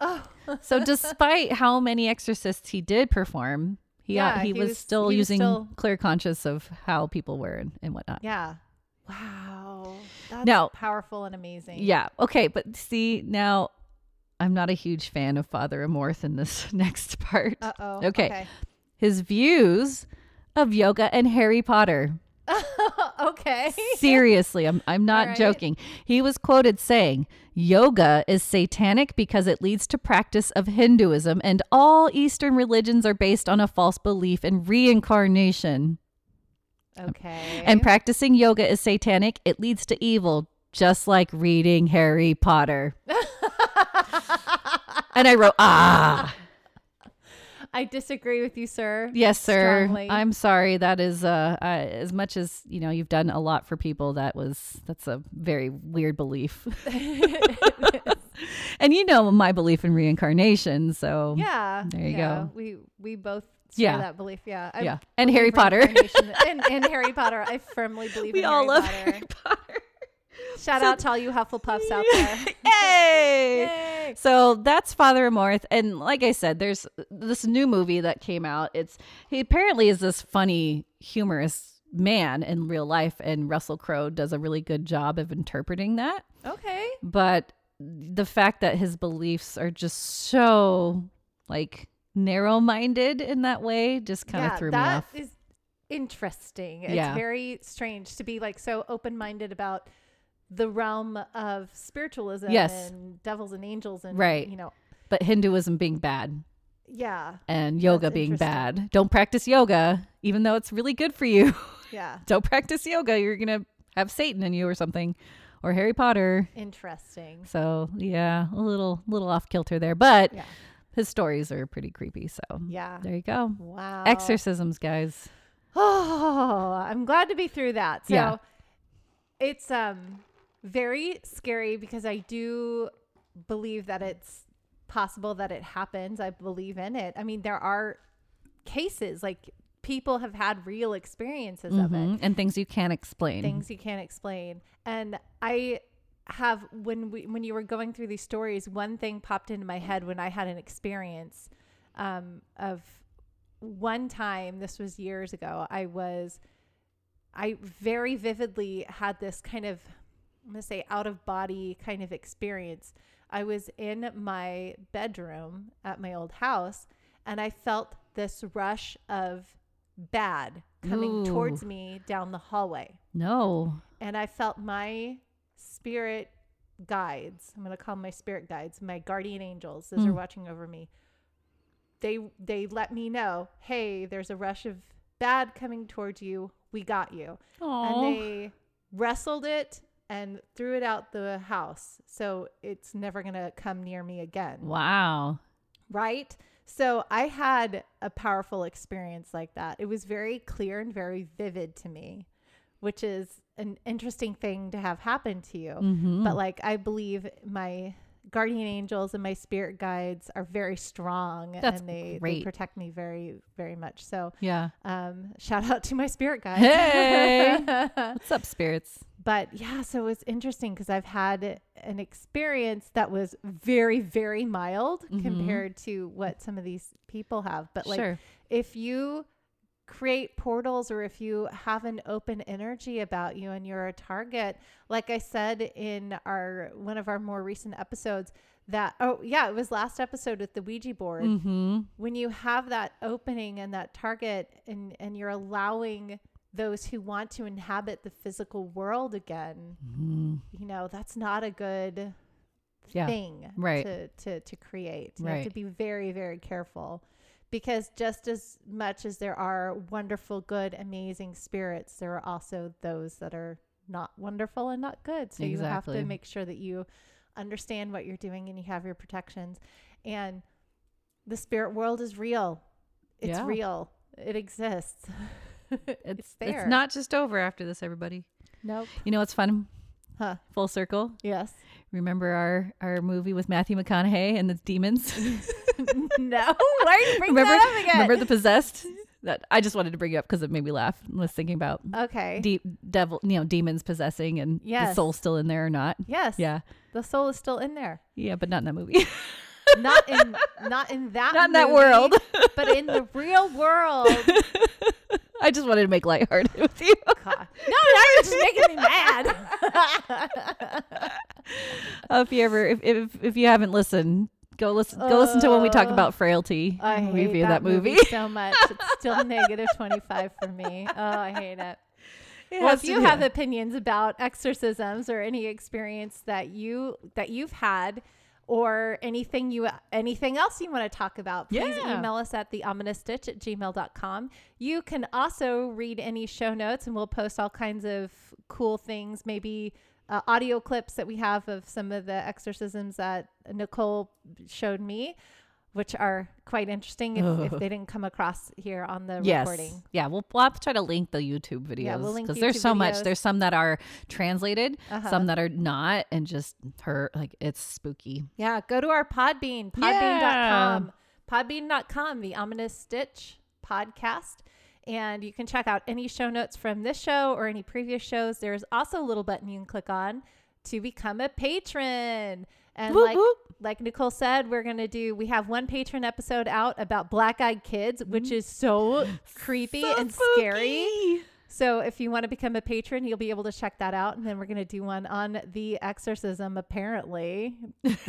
S1: Oh,
S2: So, despite how many exorcists he did perform, he, uh,
S1: Yeah,
S2: he,
S1: he
S2: was,
S1: was-
S2: still
S1: he was
S2: using
S1: still-
S2: clear conscience of how people were and, and whatnot.
S1: yeah. Wow. That's
S2: Now-
S1: powerful and amazing.
S2: Yeah. Okay. But see, now I'm not a huge fan of Father Amorth in this next part.
S1: Uh oh.
S2: Okay. His views of yoga and Harry Potter.
S1: okay.
S2: Seriously, I'm, I'm not
S1: right.
S2: joking. He was quoted saying, Yoga is satanic because it leads to practice of Hinduism, and all Eastern religions are based on a false belief in reincarnation.
S1: Okay.
S2: And practicing yoga is satanic, it leads to evil, just like reading Harry Potter. and I wrote, ah,
S1: I disagree with you, sir.
S2: yes, sir.
S1: Strongly.
S2: I'm sorry. That is, uh, uh, as much as, you know, you've done a lot for people, that was, that's a very weird belief. and you know my belief in reincarnation. So,
S1: Yeah.
S2: There you
S1: yeah,
S2: go.
S1: We we both share
S2: Yeah.
S1: that belief. Yeah. I
S2: yeah. And
S1: believe
S2: Harry Potter.
S1: reincarnation and, and Harry Potter. I firmly believe
S2: we
S1: in
S2: all
S1: Harry
S2: love
S1: Potter.
S2: Harry Potter.
S1: Shout out to all you Hufflepuffs out there.
S2: Yay!
S1: Yay.
S2: So that's Father Amorth, and like I said, there's this new movie that came out. It's he apparently is this funny, humorous man in real life, and Russell Crowe does a really good job of interpreting that.
S1: Okay.
S2: But the fact that his beliefs are just so like narrow-minded in that way just kind of
S1: yeah,
S2: threw me
S1: that
S2: off.
S1: is interesting.
S2: Yeah.
S1: It's very strange to be like so open minded about the realm of spiritualism
S2: Yes.
S1: and devils and angels and
S2: Right.
S1: you know
S2: But Hinduism being bad
S1: yeah
S2: and yoga
S1: That's
S2: being
S1: interesting.
S2: bad. Don't practice yoga, even though it's really good for you.
S1: yeah
S2: don't practice yoga. You're going to have Satan in you or something or Harry Potter.
S1: interesting
S2: So, yeah, a little little off kilter there, but
S1: Yeah.
S2: his stories are pretty creepy, so
S1: Yeah.
S2: There you go.
S1: wow
S2: Exorcisms, guys.
S1: Oh, I'm glad to be through that. So
S2: Yeah.
S1: it's um very scary because I do believe that it's possible that it happens. I believe in it. I mean, there are cases like people have had real experiences of it
S2: Mhm. And things you can't explain.
S1: things you can't explain. And I have when we when you were going through these stories, one thing popped into my head when I had an experience um, of one time. This was years ago. I was I very vividly had this kind of I'm gonna say out of body kind of experience. I was in my bedroom at my old house, and I felt this rush of bad coming
S2: Ooh.
S1: towards me down the hallway
S2: No.
S1: and I felt my spirit guides. I'm going to call them my spirit guides, my guardian angels. Those are watching over me. They they let me know, hey, there's a rush of bad coming towards you. We got you.
S2: Oh.
S1: And they wrestled it and threw it out the house. So it's never going to come near me again
S2: wow.
S1: right? So I had a powerful experience like that. It was very clear and very vivid to me, which is an interesting thing to have happen to you.
S2: Mm-hmm.
S1: But like I believe my guardian angels and my spirit guides are very strong
S2: That's
S1: and they, they
S2: great.
S1: protect me very very much. So
S2: Yeah.
S1: um shout out to my spirit guides.
S2: Hey. What's up, spirits?
S1: but yeah, so it was interesting because I've had an experience that was very, very mild compared to what some of these people have. But like,
S2: Mm-hmm. Sure.
S1: if you create portals or if you have an open energy about you and you're a target, like I said in our one of our more recent episodes, that oh yeah, it was last episode with the Ouija board
S2: Mm-hmm.
S1: when you have that opening and that target and and you're allowing those who want to inhabit the physical world again you know that's not a good
S2: Yeah.
S1: thing
S2: Right.
S1: to to, to create you have to
S2: Right.
S1: be very very careful because just as much as there are wonderful good amazing spirits there are also those that are not wonderful and not good so you have
S2: Exactly.
S1: to make sure that you understand what you're doing and you have your protections. And the spirit world is real. It's
S2: Yeah.
S1: real. It exists. it's, there.
S2: It's not just over after this, everybody.
S1: Nope.
S2: You know what's fun?
S1: Huh.
S2: Full circle.
S1: Yes.
S2: Remember our our movie with Matthew McConaughey and the demons?
S1: no. Why are you bringing
S2: remember,
S1: that up again?
S2: remember the possessed? That I just wanted to bring it up because it made me laugh. I was thinking about
S1: okay.
S2: deep devil, you know, demons possessing and the
S1: Yes.
S2: soul still in there or not.
S1: yes.
S2: Yeah,
S1: The soul is still in there.
S2: yeah, but not in that movie.
S1: Not in not in that
S2: Not in that
S1: movie,
S2: world.
S1: but in the real world.
S2: I just wanted to make lighthearted with you.
S1: God. No, now you're just making me mad.
S2: Uh, if you ever, if, if if you haven't listened, go listen. Go listen to when we talk
S1: Uh,
S2: about frailty.
S1: I
S2: and
S1: hate
S2: review
S1: that,
S2: that, movie.
S1: so much. It's still negative 25 for me. Oh, I hate it.
S2: It
S1: Well,
S2: has
S1: if
S2: to
S1: you
S2: do-
S1: have opinions about exorcisms or any experience that you that you've had or anything you anything else you want to talk about, please
S2: Yeah.
S1: email us at the ominous stitch at gmail.com. You can also read any show notes and we'll post all kinds of cool things, maybe uh, audio clips that we have of some of the exorcisms that Nicole showed me, which are quite interesting if, if they didn't come across here on the
S2: yes,
S1: recording.
S2: yeah. We'll, we'll have to try to link the YouTube videos
S1: Yeah, we'll link
S2: there's
S1: YouTube
S2: so much.
S1: videos.
S2: There's some that are translated,
S1: Uh-huh.
S2: some that are not, and just her like it's spooky.
S1: Yeah, go to our Podbean, podbean.com. Podbean.com, the Ominous Stitch podcast. And you can check out any show notes from this show or any previous shows. There's also a little button you can click on to become a patron. And
S2: Whoop,
S1: like,
S2: whoop.
S1: like Nicole said, we're going to do, we have one patron episode out about black eyed kids, which is so creepy
S2: Mm-hmm. So
S1: and scary.
S2: spooky.
S1: So if you want to become a patron, you'll be able to check that out. And then we're going to do one on the exorcism, apparently.
S2: yeah,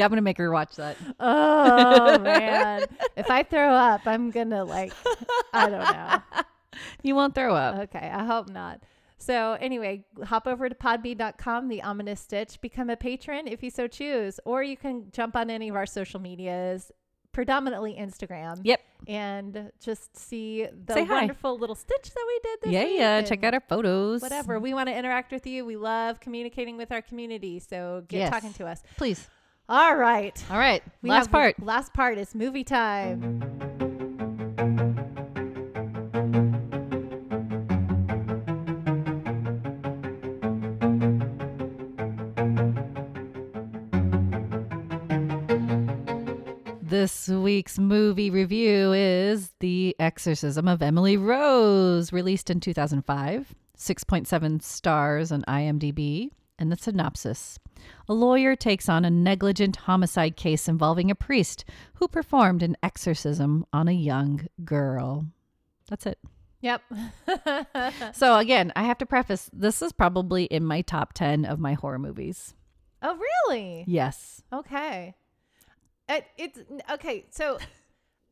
S2: I'm gonna make her watch that.
S1: Oh man. If I throw up, I'm gonna like I don't know.
S2: You won't throw up.
S1: Okay, I hope not. So anyway, hop over to podbean.com, the ominous stitch, become a patron if you so choose, or you can jump on any of our social medias, predominantly Instagram.
S2: Yep.
S1: And just see the
S2: Say hi.
S1: wonderful little stitch that we did this
S2: yeah,
S1: week
S2: yeah. Check
S1: and
S2: out our photos.
S1: whatever. We want to interact with you. We love communicating with our community. So get
S2: Yes.
S1: talking to us.
S2: Please.
S1: All right.
S2: All right.
S1: We
S2: Last
S1: have-
S2: part.
S1: Last part is movie time.
S2: This week's movie review is The Exorcism of Emily Rose, released in 2005, 6.7 stars on IMDb. And the synopsis A lawyer takes on a negligent homicide case involving a priest who performed an exorcism on a young girl. That's it.
S1: Yep.
S2: So, again, I have to preface this is probably in my top 10 of my horror movies.
S1: oh, really?
S2: Yes.
S1: Okay. It, it's okay. So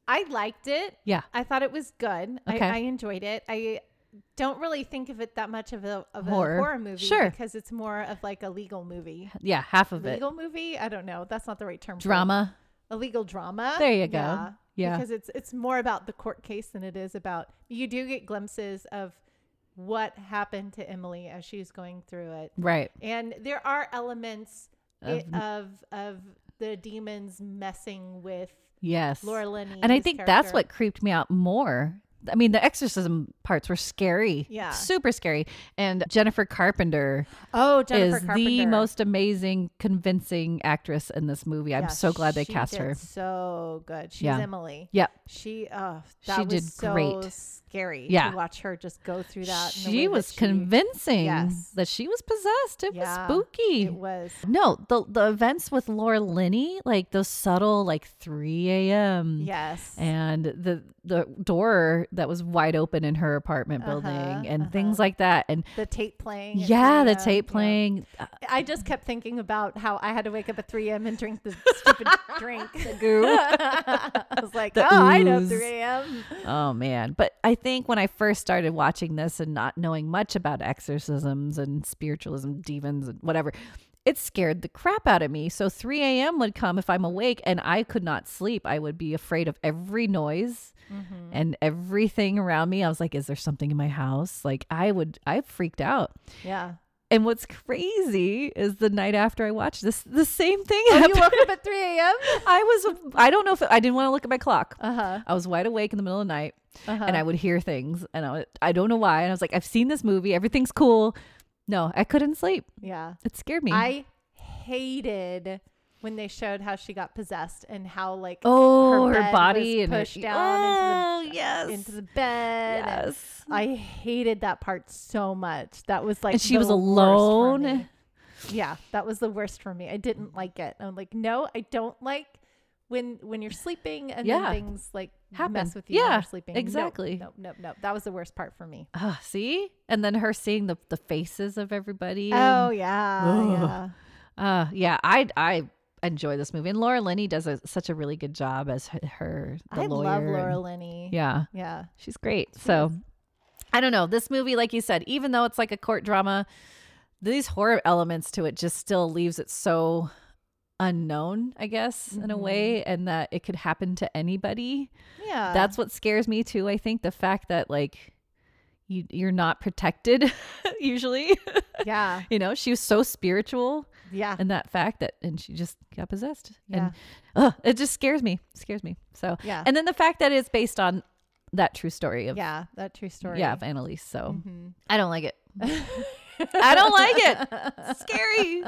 S1: I liked it.
S2: Yeah.
S1: I thought it was good.
S2: Okay.
S1: I, I enjoyed it. I don't really think of it that much of a, of
S2: Horror.
S1: a horror movie
S2: Sure.
S1: because it's more of like a legal movie.
S2: Yeah, half of it.
S1: Legal movie? I don't know. That's not the right term. for it.
S2: Drama.
S1: A legal drama.
S2: There you go. Yeah.
S1: Because it's it's more about the court case than it is about you do get glimpses of what happened to Emily as she's going through it.
S2: Right.
S1: And there are elements i-
S2: Of-
S1: of of, the demons messing with
S2: Yes.
S1: Laura Linney.
S2: And I think that's what creeped me out more. I mean, the exorcism parts were scary.
S1: Yeah.
S2: Super scary. And Jennifer Carpenter
S1: Oh, Jennifer
S2: is
S1: Carpenter.
S2: the most amazing, convincing actress in this movie. I'm
S1: Yeah,
S2: so glad they
S1: she
S2: cast
S1: did
S2: her.
S1: So good. She's
S2: Yeah.
S1: Emily.
S2: Yep.
S1: She oh that
S2: She
S1: was
S2: did
S1: so
S2: great.
S1: scary
S2: Yeah.
S1: to watch her just go through that. and the way
S2: She
S1: that
S2: was convincing
S1: Yes.
S2: that she was possessed. It
S1: Yeah,
S2: was spooky. Mm.
S1: It was
S2: no, the the events with Laura Linney, like those subtle, like 3 a.m.
S1: yes.
S2: and the the door that was wide open in her apartment building
S1: Uh-huh,
S2: and things like that and
S1: the tape playing. at
S2: yeah
S1: 3
S2: the
S1: a.m.,
S2: tape
S1: yeah.
S2: playing uh,
S1: I just kept thinking about how I had to wake up at 3 a.m. and drink the stupid drink. The
S2: goo.
S1: I was like,
S2: The
S1: oh, I know
S2: ooze.
S1: 3 a.m.
S2: oh man but i think when i first started watching this and not knowing much about exorcisms and spiritualism demons and whatever it scared the crap out of me so 3 a.m would come if i'm awake and i could not sleep i would be afraid of every noise and everything around me i was like is there something in my house like i would i freaked out
S1: Yeah.
S2: And what's crazy is the night after I watched this, the same thing
S1: Oh, you
S2: happened.
S1: woke up at 3 a.m.?
S2: I was, I don't know if, I didn't want to look at my clock.
S1: Uh huh.
S2: I was wide awake in the middle of the night
S1: Uh-huh.
S2: and I would hear things and I, would- I don't know why. And I was like, I've seen this movie. Everything's cool. No, I couldn't sleep.
S1: yeah.
S2: It scared me.
S1: I hated when they showed how she got possessed and how like
S2: oh, her,
S1: bed
S2: body
S1: was
S2: and her-
S1: pushed down
S2: oh,
S1: into the
S2: yes.
S1: into the bed. and
S2: yes.
S1: I hated that part so much. That was like
S2: And she
S1: the
S2: was
S1: worst for me.
S2: alone.
S1: Yeah, that was the worst for me. I didn't like it. I'm like, no, I don't like when when you're sleeping and
S2: Yeah.
S1: then things like
S2: Happen.
S1: mess with you when
S2: Yeah,
S1: you're sleeping. Nope,
S2: exactly.
S1: Nope, nope, nope. That was the worst part for me.
S2: Ah, see? And then her seeing the, the faces of everybody.
S1: Oh yeah, yeah.
S2: Uh, yeah, I I enjoy this movie, and Laura Linney does a, such a really good job as her, her the
S1: I
S2: lawyer.
S1: love Laura
S2: and-
S1: Linney.
S2: Yeah,
S1: yeah.
S2: she's great. so I don't know this movie, like you said, even though it's like a court drama, these horror elements to it just still leaves it so unknown, I guess, in a way, and that it could happen to anybody.
S1: Mm-hmm. Yeah.
S2: That's what scares me too. I think the fact that like. You, you're not protected usually
S1: yeah.
S2: you know she was so spiritual
S1: Yeah.
S2: and that fact that and she just got possessed
S1: Yeah.
S2: and ugh, it just scares me scares me so
S1: Yeah.
S2: and then the fact that it's based on that true story of
S1: yeah, that true story. Mm-hmm.
S2: yeah of annalise so i don't like it i don't like it scary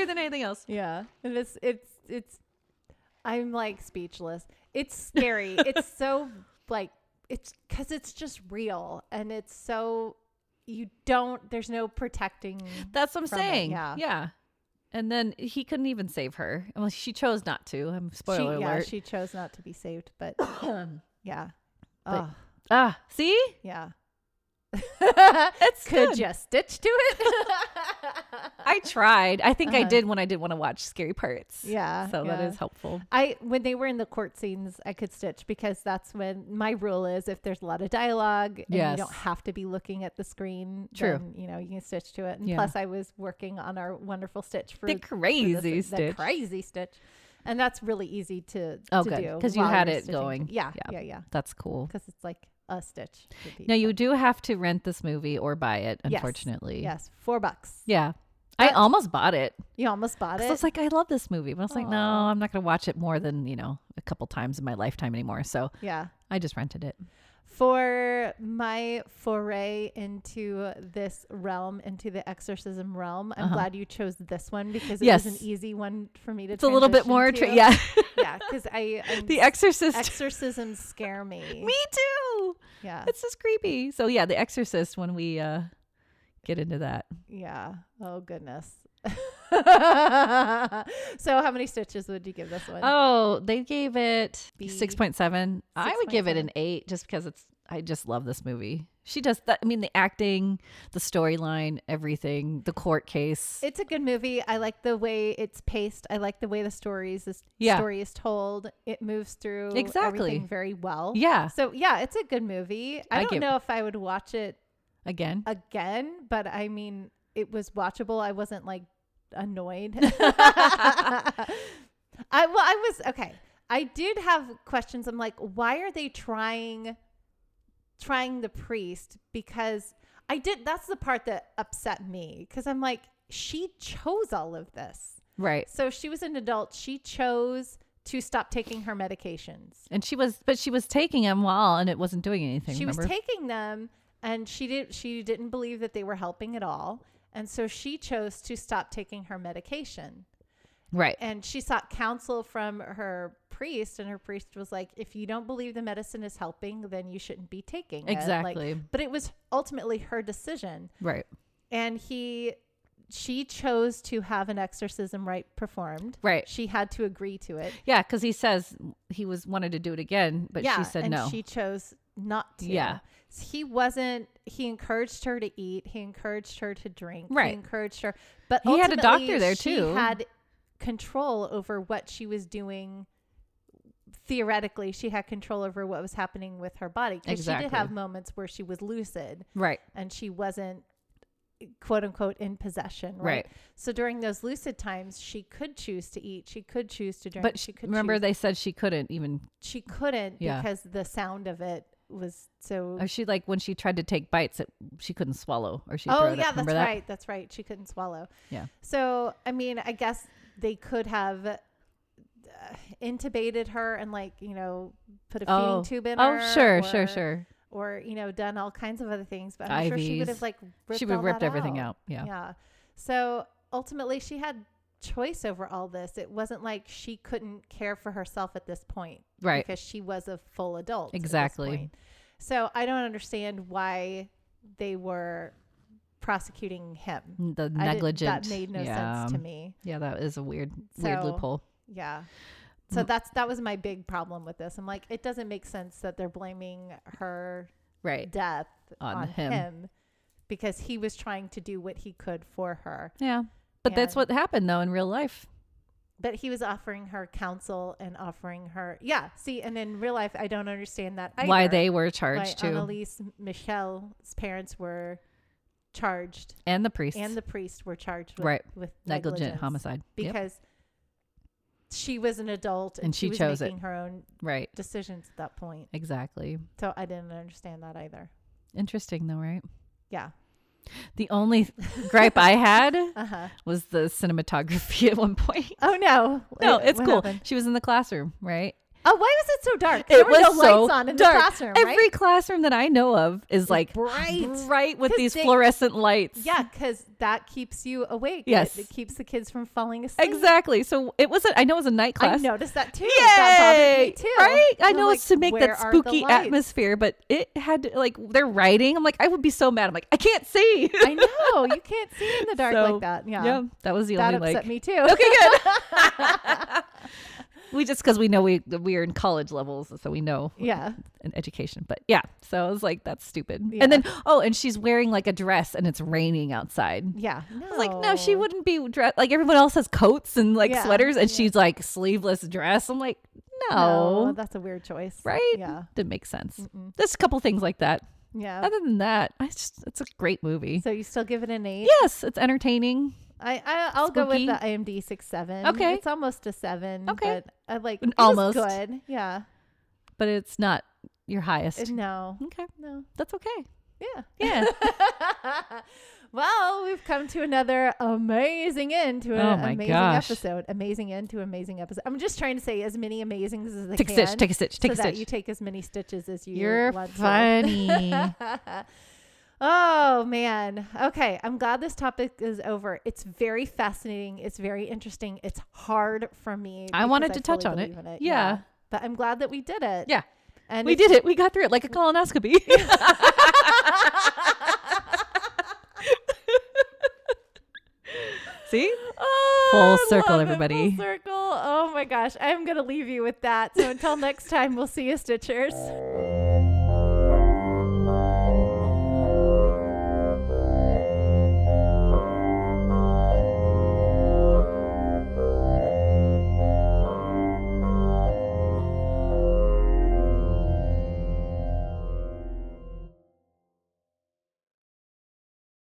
S2: scarier than anything else
S1: Yeah. And it's it's it's I'm like speechless. It's scary. it's so like it's cuz it's just real and it's so you don't there's no protecting
S2: that's what i'm
S1: From it,
S2: saying
S1: yeah.
S2: and then he couldn't even save her well she chose not to i'm spoiler
S1: she, Yeah,
S2: alert
S1: she chose not to be saved, but yeah.
S2: But-
S1: Ugh,
S2: ah see
S1: yeah.
S2: it's
S1: Could
S2: good.
S1: you stitch to it?
S2: i tried i think i did when i did want to watch scary parts
S1: Uh-huh. Yeah,
S2: so that
S1: yeah.
S2: is helpful
S1: I when they were in the court scenes, I could stitch because that's when my rule is if there's a lot of dialogue and you
S2: Yes.
S1: don't have to be looking at the screen,
S2: True.
S1: then, you know, you can stitch to it. And
S2: Yeah.
S1: plus, I was working on our wonderful stitch for
S2: the
S1: for this-
S2: crazy stitch
S1: the crazy stitch, and that's really easy to
S2: Oh,
S1: to
S2: good,
S1: do
S2: 'cause you
S1: while
S2: had
S1: you're
S2: it
S1: stitching to-
S2: going.
S1: Yeah,
S2: Yeah.
S1: yeah, yeah,
S2: That's cool.
S1: because it's like a stitch. repeat.
S2: Now you do have to rent this movie or buy it,
S1: Yes.
S2: unfortunately.
S1: yes, four bucks.
S2: Yeah. I almost bought it.
S1: You almost bought
S2: 'Cause
S1: it.
S2: I was like, I love this movie. But I was like, no,
S1: Aw.
S2: I'm not going to watch it more than, you know, a couple times in my lifetime anymore. So
S1: yeah.
S2: I just rented it.
S1: For my foray into this realm, into the exorcism realm, I'm
S2: Uh-huh.
S1: glad you chose this one because it was
S2: Yes.
S1: an easy one for me to.
S2: It's a little bit
S1: transition
S2: more.
S1: to.
S2: Tra- yeah.
S1: yeah, because I I'm,
S2: the Exorcist.
S1: exorcisms scare me.
S2: Me too.
S1: Yeah,
S2: It's just creepy. So yeah, The Exorcist when we uh, get into that.
S1: yeah. Oh goodness. so, how many stitches would you give this one?
S2: Oh, they gave it
S1: B.
S2: 6.7. I would give it an 8 just because it's I just love this movie. She does that I mean the acting, the storyline, everything, the court case.
S1: It's a good movie. I like the way it's paced. I like the way the stories is
S2: Yeah.
S1: story is told. It moves through
S2: Exactly.
S1: everything very well.
S2: yeah,
S1: So yeah, it's a good movie. I,
S2: I
S1: don't
S2: give-
S1: know if I would watch it
S2: again.
S1: Uh, again, but I mean, it was watchable. I wasn't like annoyed. I well, I was okay. I did have questions. I'm like, why are they trying trying the priest? Because I did that's the part that upset me cuz I'm like, she chose all of this.
S2: Right.
S1: So she was an adult. She chose to stop taking her medications.
S2: And she was but she was taking them while and it wasn't doing anything.
S1: she
S2: remember?
S1: was taking them and she did she didn't believe that they were helping at all and so she chose to stop taking her medication
S2: right.
S1: and she sought counsel from her priest and her priest was like if you don't believe the medicine is helping then you shouldn't be taking it." Like,
S2: Exactly.
S1: but it was ultimately her decision
S2: Right.
S1: and he she chose to have an exorcism rite performed
S2: Right.
S1: she had to agree to it
S2: Yeah, cuz he says he was wanted to do it again, but she said
S1: and
S2: no.
S1: She chose not to.
S2: Yeah.
S1: So he wasn't. He encouraged her to eat. He encouraged her to drink.
S2: Right.
S1: He encouraged her. But
S2: He had a
S1: ultimately,
S2: doctor there,
S1: she
S2: too.
S1: Had control over what she was doing. Theoretically, she had control over what was happening with her body because she did
S2: Exactly.
S1: have moments where she was lucid
S2: right.
S1: and she wasn't quote unquote in possession right,
S2: Right.
S1: so during those lucid times she could choose to eat she could choose to drink
S2: But
S1: she
S2: she,
S1: could
S2: remember
S1: choose
S2: they said she couldn't even
S1: she couldn't
S2: Yeah. Oh,
S1: because the sound of it was so.
S2: Or uh, she like when she tried to take bites, it, she couldn't swallow, or she.
S1: Oh
S2: throwed up.
S1: yeah, that's
S2: Remember that?
S1: right. That's right. She couldn't swallow.
S2: Yeah.
S1: So I mean, I guess they could have uh, intubated her and like you know put a feeding
S2: Oh,
S1: tube in
S2: oh
S1: her.
S2: sure, sure,
S1: or-
S2: sure.
S1: Or you know done all kinds of other things, but I'm sure she would
S2: IVs.
S1: have like ripped
S2: She would
S1: all
S2: have ripped
S1: that
S2: everything out. Yeah.
S1: Yeah. So ultimately, she had choice over all this. It wasn't like she couldn't care for herself at this point,
S2: Right.
S1: Because she was a full adult. at this
S2: Exactly.
S1: point. So I don't understand why they were prosecuting him.
S2: The
S1: I didn't-
S2: negligent.
S1: that made no
S2: yeah.
S1: sense to me.
S2: Yeah, that is a weird, weird
S1: So-
S2: loophole.
S1: Yeah.
S2: Mm.
S1: So that's that was my big problem with this. I'm like, it doesn't make sense that they're blaming her
S2: Right.
S1: death
S2: On
S1: on,
S2: him.
S1: him. because he was trying to do what he could for her.
S2: Yeah. But that's
S1: And-
S2: what happened though in real life.
S1: But he was offering her counsel and offering her yeah, see, and in real life I don't understand that either.
S2: Why they were
S1: why
S2: charged too,
S1: Annalise Michelle's parents were charged
S2: and the priests,
S1: and the priest were charged with,
S2: Right.
S1: with
S2: negligent
S1: negligence.
S2: homicide. Yep.
S1: because she was an adult and,
S2: And
S1: she,
S2: she
S1: was
S2: chose it.
S1: making her own
S2: Right.
S1: decisions at that point.
S2: Exactly.
S1: So I didn't understand that either.
S2: Interesting though, right?
S1: Yeah.
S2: The only gripe I had
S1: Uh huh.
S2: was the cinematography at one point.
S1: Oh no.
S2: No,
S1: Wait,
S2: it's
S1: what
S2: cool.
S1: happened?
S2: She was in the classroom, right?
S1: Oh, why was it so dark? There were no lights on in the classroom,
S2: Every
S1: right?
S2: classroom that I know of is like
S1: bright.
S2: bright with
S1: 'Cause
S2: these
S1: they-
S2: fluorescent lights.
S1: Yeah, because that keeps you awake. It-
S2: Yes.
S1: It, keps the kids from falling asleep.
S2: Exactly. So it was. A, I know it was a night class.
S1: I noticed that too.
S2: Yay!
S1: That bothered me too.
S2: Right? I
S1: I'm
S2: know it's
S1: like,
S2: to make
S1: where
S2: that
S1: are the
S2: spooky
S1: lights?
S2: atmosphere, but it had to, like they're writing. I'm like, I would be so mad. I'm like, I can't see.
S1: I know. You can't see in the dark
S2: So,
S1: like that. Yeah.
S2: that was the
S1: that
S2: only
S1: upset
S2: like.
S1: me too.
S2: Okay, good. we just because we know we we are in college levels, so we know
S1: Yeah.
S2: an education. But yeah, so I was like, that's stupid.
S1: Yeah.
S2: And then oh, and she's wearing like a dress, and it's raining outside.
S1: Yeah. No.
S2: I was like, no, she wouldn't be dressed like everyone else has coats and like
S1: Yeah,
S2: sweaters, and she's like sleeveless dress. I'm like, no,
S1: No, that's a weird choice.
S2: right?
S1: Yeah.
S2: didn't make sense. There's a couple things like that.
S1: Yeah.
S2: Other than that, I just it's a great movie.
S1: So you still give it an eight?
S2: yes, it's entertaining.
S1: I, I I'll go
S2: Spooky.
S1: with the IMD six seven.
S2: Okay.
S1: it's almost a seven.
S2: Okay.
S1: but I like
S2: An
S1: it was
S2: almost.
S1: good. Yeah,
S2: but it's not your highest.
S1: Uh, no,
S2: okay,
S1: no,
S2: that's okay.
S1: yeah.
S2: Yeah.
S1: well, we've come to another amazing end to an
S2: Oh my
S1: amazing
S2: gosh.
S1: episode. Amazing end to amazing episode. I'm just trying to say as many amazings as I
S2: take a
S1: can.
S2: stitch. Take a stitch. Take
S1: so
S2: a
S1: that you
S2: stitch.
S1: take as many stitches as you
S2: You're
S1: want to.
S2: funny.
S1: oh man. Okay, I'm glad this topic is over. It's very fascinating. It's very interesting. It's hard for me.
S2: I wanted
S1: because
S2: to touch
S1: fully
S2: on it.
S1: believe in
S2: Yeah.
S1: But I'm glad that we did it.
S2: yeah,
S1: And
S2: we
S1: it's-
S2: did it. We got through it like a colonoscopy. See,
S1: Oh,
S2: Full
S1: I
S2: circle,
S1: love it.
S2: everybody.
S1: Full circle. Oh my gosh. I'm going to leave you with that. So until next time, we'll see you, Stitchers.